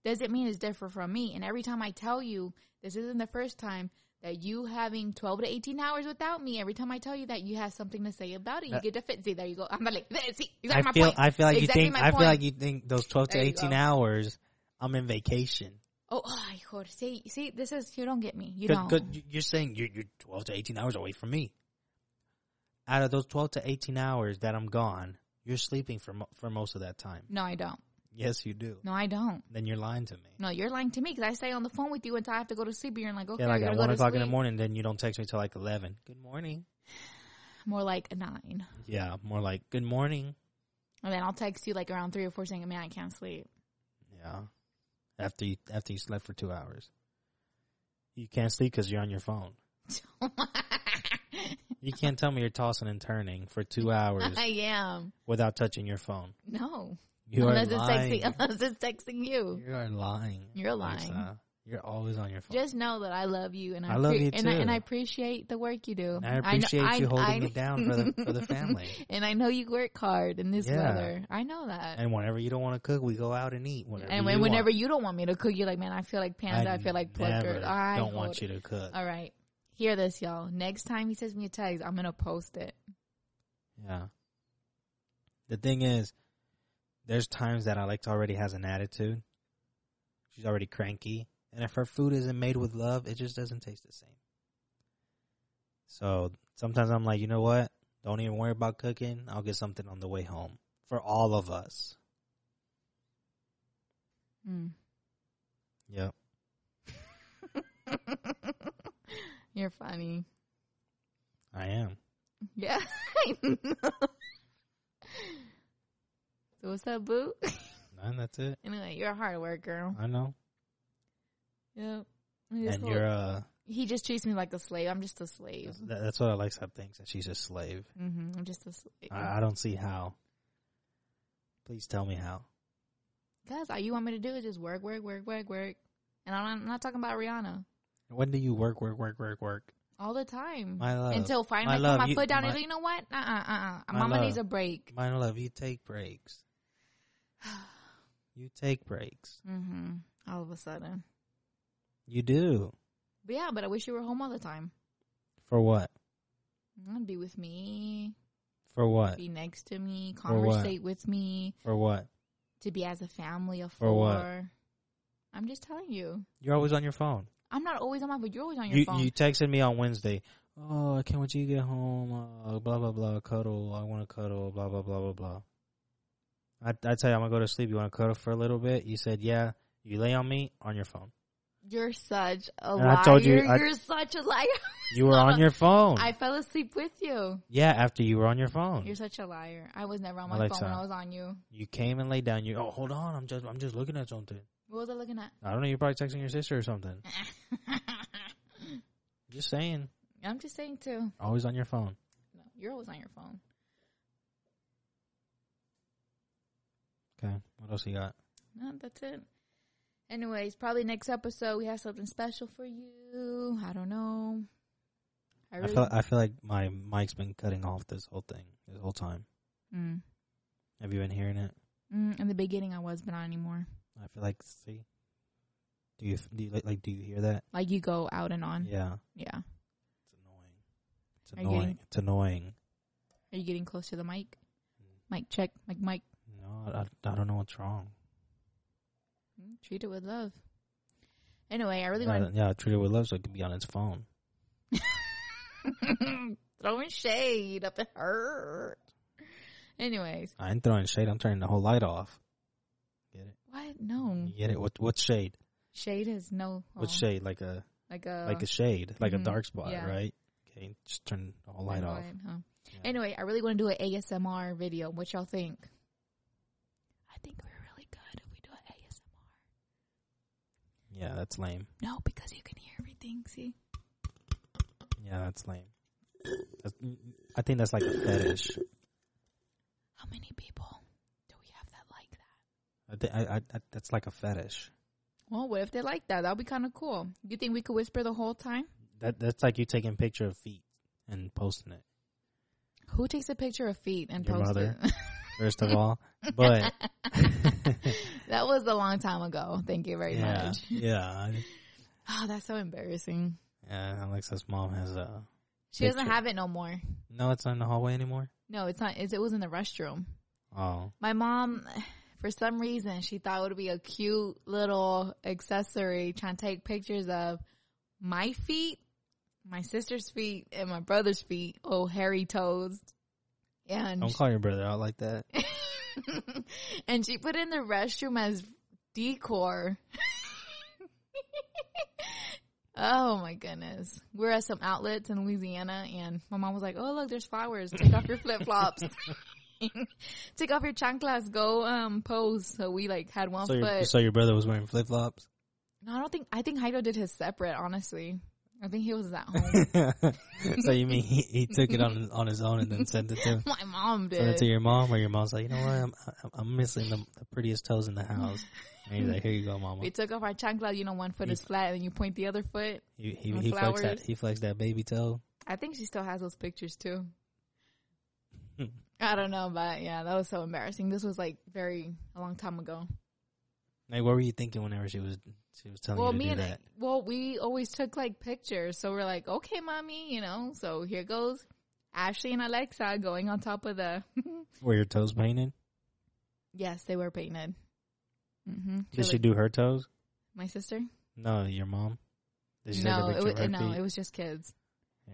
Speaker 1: doesn't mean it's different from me. And every time I tell you, this isn't the first time that you having twelve to eighteen hours without me. Every time I tell you that, you have something to say about it. You
Speaker 2: Uh,
Speaker 1: get defensive. There you go. I'm like, "There, see, you got
Speaker 2: I
Speaker 1: my
Speaker 2: feel.
Speaker 1: point.
Speaker 2: I feel like
Speaker 1: Exactly
Speaker 2: you think.
Speaker 1: my
Speaker 2: I feel
Speaker 1: point.
Speaker 2: like you think those twelve to
Speaker 1: There you
Speaker 2: eighteen
Speaker 1: go.
Speaker 2: hours. I'm in vacation.
Speaker 1: Oh, oh, ay, joder. see, see, this is you don't get me. You
Speaker 2: Cause,
Speaker 1: don't.
Speaker 2: 'cause you- you're saying you're, you're 12 to 18 hours away from me. Out of those 12 to 18 hours that I'm gone, you're sleeping for mo- for most of that time.
Speaker 1: No, I don't.
Speaker 2: Yes, you do.
Speaker 1: No, I don't.
Speaker 2: Then you're lying to me.
Speaker 1: No, you're lying to me because I stay on the phone with you until I have to go to sleep. And you're like, okay,
Speaker 2: yeah, like
Speaker 1: I
Speaker 2: at
Speaker 1: gotta
Speaker 2: 1
Speaker 1: go to
Speaker 2: o'clock
Speaker 1: sleep.
Speaker 2: in the morning, then you don't text me till like 11. Good morning.
Speaker 1: More like a nine,
Speaker 2: Yeah, more like good morning.
Speaker 1: and then I'll text you like around three or four saying, "Man, I can't sleep."
Speaker 2: Yeah. After you, after you slept for two hours. You can't sleep because you're on your phone. You can't tell me you're tossing and turning for two hours
Speaker 1: I am.
Speaker 2: without touching your phone.
Speaker 1: No,
Speaker 2: You
Speaker 1: unless
Speaker 2: are
Speaker 1: it's
Speaker 2: lying.
Speaker 1: texting, unless it's texting you.
Speaker 2: You are lying.
Speaker 1: You're lying.
Speaker 2: Lisa. You're always on your phone.
Speaker 1: Just know that I love you, and I,
Speaker 2: I love you
Speaker 1: and I,
Speaker 2: too.
Speaker 1: and I appreciate the work you do.
Speaker 2: And
Speaker 1: kn-
Speaker 2: I appreciate you holding
Speaker 1: I-
Speaker 2: me down for the for the family.
Speaker 1: and I know you work hard in this
Speaker 2: Yeah.
Speaker 1: weather. I know that.
Speaker 2: And whenever you don't want to cook, we go out and eat. Whenever
Speaker 1: And when,
Speaker 2: you
Speaker 1: whenever
Speaker 2: want.
Speaker 1: you don't want me to cook, you're like, man, I feel like panda. I, feel like pork.
Speaker 2: never
Speaker 1: Or, I
Speaker 2: don't
Speaker 1: hold-
Speaker 2: want you to cook.
Speaker 1: All right. Hear this, y'all. Next time he sends me a text, I'm going to post it.
Speaker 2: Yeah. The thing is, there's times that Alexa already has an attitude. She's already cranky, and if her food isn't made with love, it just doesn't taste the same. So sometimes I'm like, you know what? Don't even worry about cooking. I'll get something on the way home for all of us.
Speaker 1: Mm.
Speaker 2: Yep.
Speaker 1: You're funny.
Speaker 2: I am.
Speaker 1: Yeah. I know. so what's up, boo?
Speaker 2: And that's it.
Speaker 1: anyway, you're a hard worker.
Speaker 2: I know.
Speaker 1: Yep. I just
Speaker 2: and
Speaker 1: told-
Speaker 2: you're uh
Speaker 1: he just treats me like a slave. I'm just a slave.
Speaker 2: that's- that, that's what Alexa thinks that she's a slave.
Speaker 1: hmm I'm just a slave.
Speaker 2: I, I don't see how. Please tell me how.
Speaker 1: Guys, all you want me to do is just work, work, work, work, work. And I'm not, I'm not talking about Rihanna.
Speaker 2: When do you work, work, work, work, work?
Speaker 1: All the time.
Speaker 2: My love.
Speaker 1: Until finally I
Speaker 2: My love,
Speaker 1: put my
Speaker 2: you-
Speaker 1: foot down
Speaker 2: my-
Speaker 1: and go, you know what? Uh uh uh uh.
Speaker 2: My
Speaker 1: Mama
Speaker 2: love.
Speaker 1: needs a break.
Speaker 2: My love, you take breaks. You take breaks.
Speaker 1: hmm All of a a sudden.
Speaker 2: You do.
Speaker 1: But yeah, but I wish you were home all the time.
Speaker 2: For what?
Speaker 1: I'd be with me,
Speaker 2: For what?
Speaker 1: be next to me,
Speaker 2: For what?
Speaker 1: conversate with me,
Speaker 2: For what?
Speaker 1: to be as a family of
Speaker 2: For what?
Speaker 1: four. I'm just telling you.
Speaker 2: You're always on your phone.
Speaker 1: I'm not always on my phone. You're always on your
Speaker 2: You
Speaker 1: phone.
Speaker 2: you texted me on Wednesday. Oh, I can't wait till you get home. Uh, blah blah blah. Cuddle. I want to cuddle. Blah blah blah blah blah. I I tell you, I'm gonna go to sleep. You want to cuddle for a little bit? You said yeah. You lay on me on your phone.
Speaker 1: You're such a
Speaker 2: And
Speaker 1: liar.
Speaker 2: I told you-
Speaker 1: you're,
Speaker 2: I-
Speaker 1: you're such a liar.
Speaker 2: You were on your phone.
Speaker 1: I fell asleep with you.
Speaker 2: yeah, after you were on your phone.
Speaker 1: You're such a liar. I was never on my
Speaker 2: Alexa.
Speaker 1: phone when I was on you.
Speaker 2: You came and laid down. You oh hold on. I'm just I'm just looking at something.
Speaker 1: What was I looking at?
Speaker 2: I don't know. You're probably texting your sister or something. Just saying.
Speaker 1: I'm just saying too.
Speaker 2: Always on your phone.
Speaker 1: No, you're always on your phone.
Speaker 2: Okay. What else you got?
Speaker 1: No, that's it. Anyways, probably next episode we have something special for you. I don't know. I
Speaker 2: I
Speaker 1: really.
Speaker 2: feel I feel like my mic's been cutting off this whole thing this whole time.
Speaker 1: Mm.
Speaker 2: Have you been hearing it?
Speaker 1: Mm, in the beginning, I was, but not anymore.
Speaker 2: I feel like see. Do you do you, like, like do you hear that?
Speaker 1: Like you go out and on.
Speaker 2: Yeah.
Speaker 1: Yeah.
Speaker 2: It's annoying. It's
Speaker 1: Are you getting-
Speaker 2: annoying. It's annoying.
Speaker 1: Are you getting close to the mic?
Speaker 2: Mm.
Speaker 1: Mic check. Mic mic.
Speaker 2: No, I, I, I don't know what's wrong.
Speaker 1: Mm, Treat it with love. Anyway, I really
Speaker 2: yeah,
Speaker 1: want
Speaker 2: yeah, treat it with love so it can be on its phone.
Speaker 1: throwing shade up at her. Anyways,
Speaker 2: I ain't throwing shade. I'm turning the whole light off. Get it?
Speaker 1: what? No
Speaker 2: You get it? What what shade?
Speaker 1: shade is no.
Speaker 2: What
Speaker 1: oh,
Speaker 2: shade? Like a
Speaker 1: Like a
Speaker 2: like a shade, like
Speaker 1: mhm,
Speaker 2: a dark spot,
Speaker 1: yeah.
Speaker 2: right? Okay, just turn the whole light
Speaker 1: Never
Speaker 2: off.
Speaker 1: mind, huh?
Speaker 2: Yeah.
Speaker 1: Anyway, I really want to do an ASMR video. What y'all think? I think we're really good if we do an ASMR.
Speaker 2: Yeah, that's lame.
Speaker 1: No, because you can hear everything. See,
Speaker 2: Yeah, that's lame. That's, I think that's like a fetish.
Speaker 1: how many people do we have that like that?
Speaker 2: I thi- I, I, I, that's like a fetish.
Speaker 1: Well, what if they like that? That'd be kind of cool. You think we could whisper the whole time?
Speaker 2: That that's like you taking a picture of feet and posting it.
Speaker 1: Who takes a picture of feet and
Speaker 2: Your
Speaker 1: posts
Speaker 2: mother.
Speaker 1: it?
Speaker 2: First of all, but
Speaker 1: that was a long time ago. Thank you very
Speaker 2: yeah,
Speaker 1: much.
Speaker 2: yeah, I-
Speaker 1: Oh, that's so embarrassing.
Speaker 2: yeah. Alexa's mom has a.
Speaker 1: She doesn't
Speaker 2: Picture.
Speaker 1: have it no more.
Speaker 2: No, it's not in the hallway anymore.
Speaker 1: No, it's not. It's, it was in the restroom.
Speaker 2: Oh,
Speaker 1: My mom, for some reason, she thought it would be a cute little accessory trying to take pictures of my feet, my sister's feet, and my brother's feet. Oh, hairy toes. And
Speaker 2: don't call your brother out like that.
Speaker 1: and she put it in the restroom as decor. oh my goodness. We're at some outlets in Louisiana and my mom was like, Oh look, there's flowers. Take off your flip flops. Take off your chanclas, go um pose. So we like had one
Speaker 2: So your,
Speaker 1: foot.
Speaker 2: so your brother was wearing flip flops.
Speaker 1: no, I don't think I think Heido did his separate, honestly. I think he was at home.
Speaker 2: so you mean he, he took it on on his own and then sent it to
Speaker 1: my mom
Speaker 2: sent it to
Speaker 1: did.
Speaker 2: your mom, or your mom's like, you know what, I'm I'm, I'm missing the, the prettiest toes in the house. And he's like, here you go, mama.
Speaker 1: We took off our chanclas, you know, one foot is flat and you point the other foot.
Speaker 2: He he,
Speaker 1: my
Speaker 2: he flexed that
Speaker 1: flowers.
Speaker 2: he flexed that baby toe.
Speaker 1: I think she still has those pictures too. I don't know, but yeah, that was so embarrassing. This was like very a long time ago.
Speaker 2: Like, what were you thinking whenever she was she was telling
Speaker 1: well,
Speaker 2: you to
Speaker 1: me
Speaker 2: do
Speaker 1: and
Speaker 2: that?
Speaker 1: well, we always took like pictures, so we're like, okay, mommy, you know. So here goes Ashley and Alexa going on top of the.
Speaker 2: Were your toes painted?
Speaker 1: yes, they were painted. hmm
Speaker 2: Did she do her toes?
Speaker 1: my sister?
Speaker 2: No, your mom. Did she take a
Speaker 1: No, it
Speaker 2: picture
Speaker 1: was,
Speaker 2: of her
Speaker 1: no,
Speaker 2: feet?
Speaker 1: it was just kids.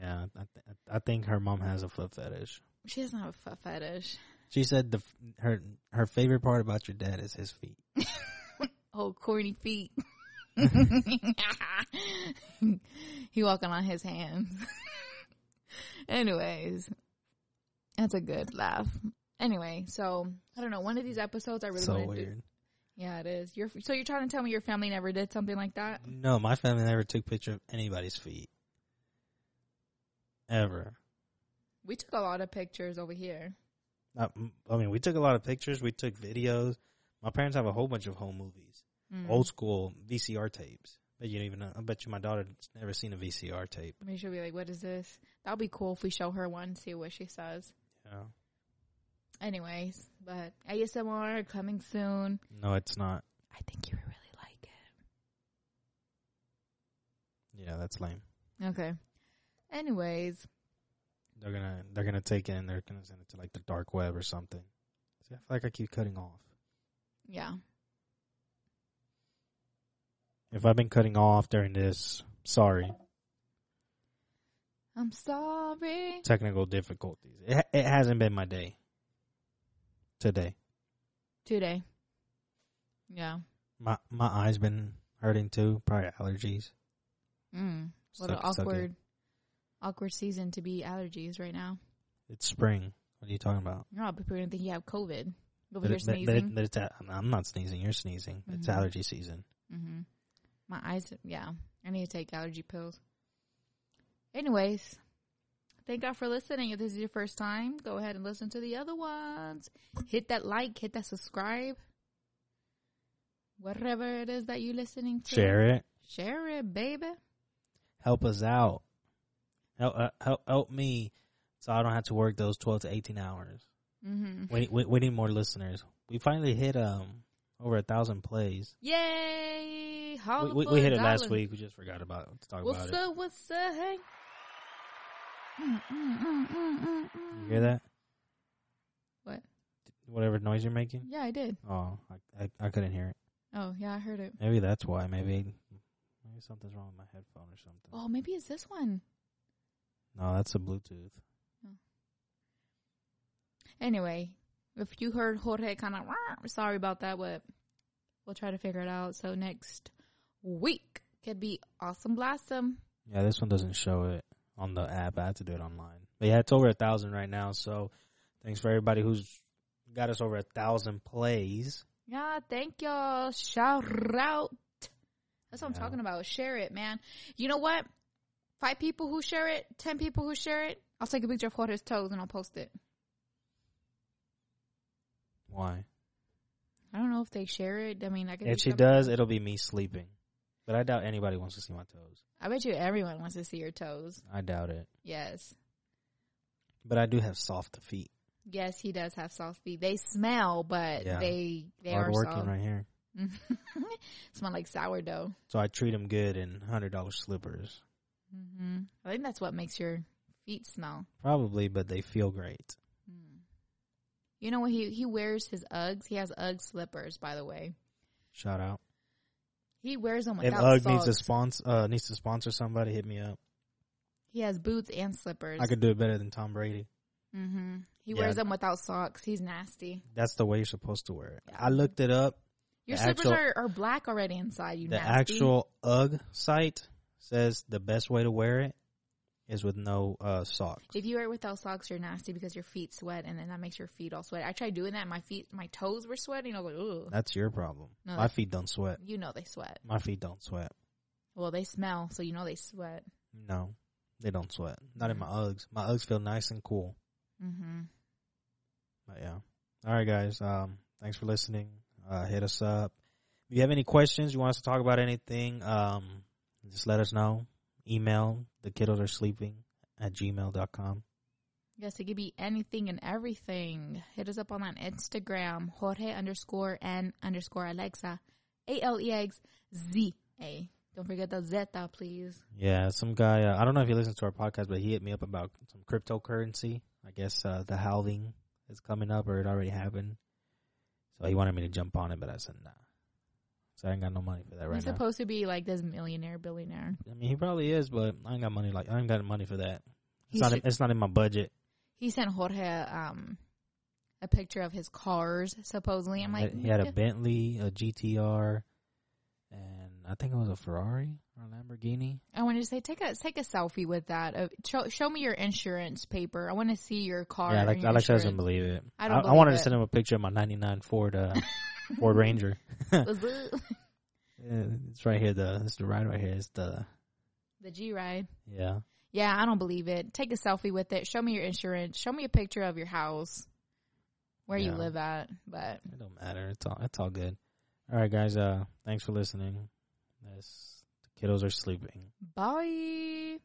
Speaker 2: yeah, I, th- I think her mom has a foot fetish.
Speaker 1: She doesn't have a foot fetish.
Speaker 2: She said the f- her her favorite part about your dad is his feet.
Speaker 1: Oh, corny feet. he walking on his hands. Anyways, that's a good laugh. Anyway, so I don't know. One of these episodes, I really
Speaker 2: so
Speaker 1: wanna Do.
Speaker 2: weird.
Speaker 1: Yeah, it is. You're so you're trying to tell me your family never did something like that?
Speaker 2: No, my family never took picture of anybody's feet. Ever.
Speaker 1: We took a lot of pictures over here.
Speaker 2: Not, I mean, we took a lot of pictures. We took videos. My parents have a whole bunch of home movies,
Speaker 1: Mm.
Speaker 2: old school VCR tapes. But you don't even. Know, I bet you my daughter's never seen a VCR tape.
Speaker 1: Maybe she'll be like, "What is this?" That'll be cool if we show her one, see what she says.
Speaker 2: Yeah.
Speaker 1: Anyways, but ASMR coming soon.
Speaker 2: No, it's not.
Speaker 1: I think you would really like it.
Speaker 2: that's lame.
Speaker 1: Okay. Anyways,
Speaker 2: They're gonna they're gonna take it and they're gonna send it to like the dark web or something. See, I feel like I keep cutting off.
Speaker 1: yeah.
Speaker 2: If I've been cutting off during this, sorry,
Speaker 1: I'm sorry.
Speaker 2: technical difficulties. It it hasn't been my day. Today,
Speaker 1: Today. Yeah.
Speaker 2: my my eyes been hurting too. Probably allergies.
Speaker 1: Mm. What an
Speaker 2: Suck- suck it.
Speaker 1: awkward, awkward season to be allergies right now.
Speaker 2: It's spring. What are you talking about?
Speaker 1: No, but people are gonna think you have COVID. Over
Speaker 2: But
Speaker 1: here
Speaker 2: it- but- but it-
Speaker 1: sneezing.
Speaker 2: but it's a- I'm not sneezing. You're sneezing. It's
Speaker 1: Mhm.
Speaker 2: allergy season.
Speaker 1: hmm My eyes. Yeah, I need to take allergy pills. Anyways, thank y'all for listening. If this is your first time, go ahead and listen to the other ones. Hit that like. Hit that subscribe. Whatever it is that you're listening to,
Speaker 2: Share it.
Speaker 1: Share it, baby.
Speaker 2: help us out. Help, uh, help, help me, so I don't have to work those twelve to eighteen hours.
Speaker 1: Mm-hmm.
Speaker 2: We, we, we need more listeners. We finally hit um over a thousand plays.
Speaker 1: Yay!
Speaker 2: We,
Speaker 1: Holla
Speaker 2: we,
Speaker 1: for
Speaker 2: we
Speaker 1: a
Speaker 2: hit it last
Speaker 1: dollar.
Speaker 2: week. We just forgot about to talk
Speaker 1: What's
Speaker 2: about it.
Speaker 1: up? What's up? Hey. Mm, mm, mm, mm, mm, mm.
Speaker 2: You hear that?
Speaker 1: What?
Speaker 2: Whatever noise you're making.
Speaker 1: Yeah, I did.
Speaker 2: Oh, I, I I couldn't hear it.
Speaker 1: Oh, yeah, I heard it.
Speaker 2: Maybe that's why. Maybe maybe something's wrong with my headphone or something.
Speaker 1: Oh, maybe it's this one.
Speaker 2: No, that's the Bluetooth.
Speaker 1: Anyway, if you heard Jorge kind of, sorry about that, but we'll try to figure it out. So next week could be awesome blossom.
Speaker 2: Yeah, this one doesn't show it on the app. I had to do it online. But yeah, it's over a thousand right now. So thanks for everybody who's got us over a thousand plays.
Speaker 1: Yeah, thank y'all. Shout out. That's what I'm
Speaker 2: Yeah.
Speaker 1: talking about. Share it, man. You know what? Five people who share it, ten people who share it. I'll take a picture of Jorge's toes and I'll post it.
Speaker 2: Why?
Speaker 1: I don't know if they share it. I mean, I could
Speaker 2: If
Speaker 1: do
Speaker 2: she
Speaker 1: something.
Speaker 2: does, it'll be me sleeping. But I doubt anybody wants to see my toes.
Speaker 1: I bet you everyone wants to see your toes.
Speaker 2: I doubt it.
Speaker 1: Yes.
Speaker 2: But I do have soft feet.
Speaker 1: Yes, he does have soft feet. They smell, but
Speaker 2: Yeah.
Speaker 1: they they
Speaker 2: Hard
Speaker 1: are
Speaker 2: working
Speaker 1: soft.
Speaker 2: right here.
Speaker 1: smell like sourdough.
Speaker 2: So I treat them good in hundred dollar slippers,
Speaker 1: hmm I think that's what makes your feet smell.
Speaker 2: probably. But they feel great.
Speaker 1: You know what? He he wears his Uggs. He has Ugg slippers, by the way.
Speaker 2: Shout out.
Speaker 1: He wears them
Speaker 2: if
Speaker 1: without
Speaker 2: UGG
Speaker 1: socks.
Speaker 2: needs to sponsor, uh, needs to sponsor somebody, hit me up.
Speaker 1: he has boots and slippers.
Speaker 2: I could do it better than Tom Brady.
Speaker 1: hmm He
Speaker 2: Yeah.
Speaker 1: wears them without socks. He's nasty.
Speaker 2: That's the way you're supposed to wear it. I looked it up.
Speaker 1: Your
Speaker 2: The
Speaker 1: slippers
Speaker 2: actual-
Speaker 1: are, are black already inside. You
Speaker 2: the
Speaker 1: nasty.
Speaker 2: actual UGG site says the best way to wear it is with no uh, sock.
Speaker 1: If you wear it without socks, you're nasty because your feet sweat, and then that makes your feet all sweat. I tried doing that; my feet, my toes were sweating. I was like, "Ooh,
Speaker 2: That's your problem.
Speaker 1: No,
Speaker 2: My
Speaker 1: that's-
Speaker 2: feet don't sweat.
Speaker 1: you know they sweat."
Speaker 2: My feet don't sweat.
Speaker 1: Well, they smell, so you know they sweat.
Speaker 2: No, they don't sweat. Not in my UGGs. My UGGs feel nice and cool.
Speaker 1: hmm
Speaker 2: But yeah. All right, guys. Um, thanks for listening. Uh, hit us up. If you have any questions, you want us to talk about anything, um, just let us know. Email the kiddos are sleeping at gmail.com.
Speaker 1: Yes, it could be anything and everything. Hit us up on that Instagram, Jorge underscore and underscore Alexa, A L E X Z A. Don't forget the Zeta, please.
Speaker 2: Yeah, some guy. Uh, I don't know if he listens to our podcast, but he hit me up about some cryptocurrency. I guess uh, the halving is coming up, or it already happened. So he wanted me to jump on it, but I said nah. So I ain't got no money for that
Speaker 1: You're
Speaker 2: right now.
Speaker 1: supposed to be like this millionaire, billionaire.
Speaker 2: I mean, he probably is, but I ain't got money. Like I ain't got money for that.
Speaker 1: He
Speaker 2: It's not.
Speaker 1: should-
Speaker 2: It's not in my budget.
Speaker 1: He sent Jorge um, a picture of his cars, supposedly. I'm like,
Speaker 2: he had a Bentley, a GTR, and I think it was a Ferrari or a Lamborghini.
Speaker 1: I wanted to say, take a take a selfie with that. Uh, show, show me your insurance paper. I want to see your car.
Speaker 2: yeah,
Speaker 1: and
Speaker 2: like
Speaker 1: your
Speaker 2: Alex doesn't
Speaker 1: insurance.
Speaker 2: believe it.
Speaker 1: I don't
Speaker 2: I wanted
Speaker 1: believe
Speaker 2: to
Speaker 1: it.
Speaker 2: send him a picture of my '99 Ford uh, Ford Ranger. Yeah, it's right here. The it's the ride right here. It's the
Speaker 1: the G ride.
Speaker 2: yeah.
Speaker 1: Yeah, I don't believe it. Take a selfie with it. Show me your insurance. Show me a picture of your house, where you
Speaker 2: Yeah.
Speaker 1: live at. But
Speaker 2: It don't matter. It's all it's all good. All right, guys. Uh, thanks for listening. This, the kiddos are sleeping.
Speaker 1: bye.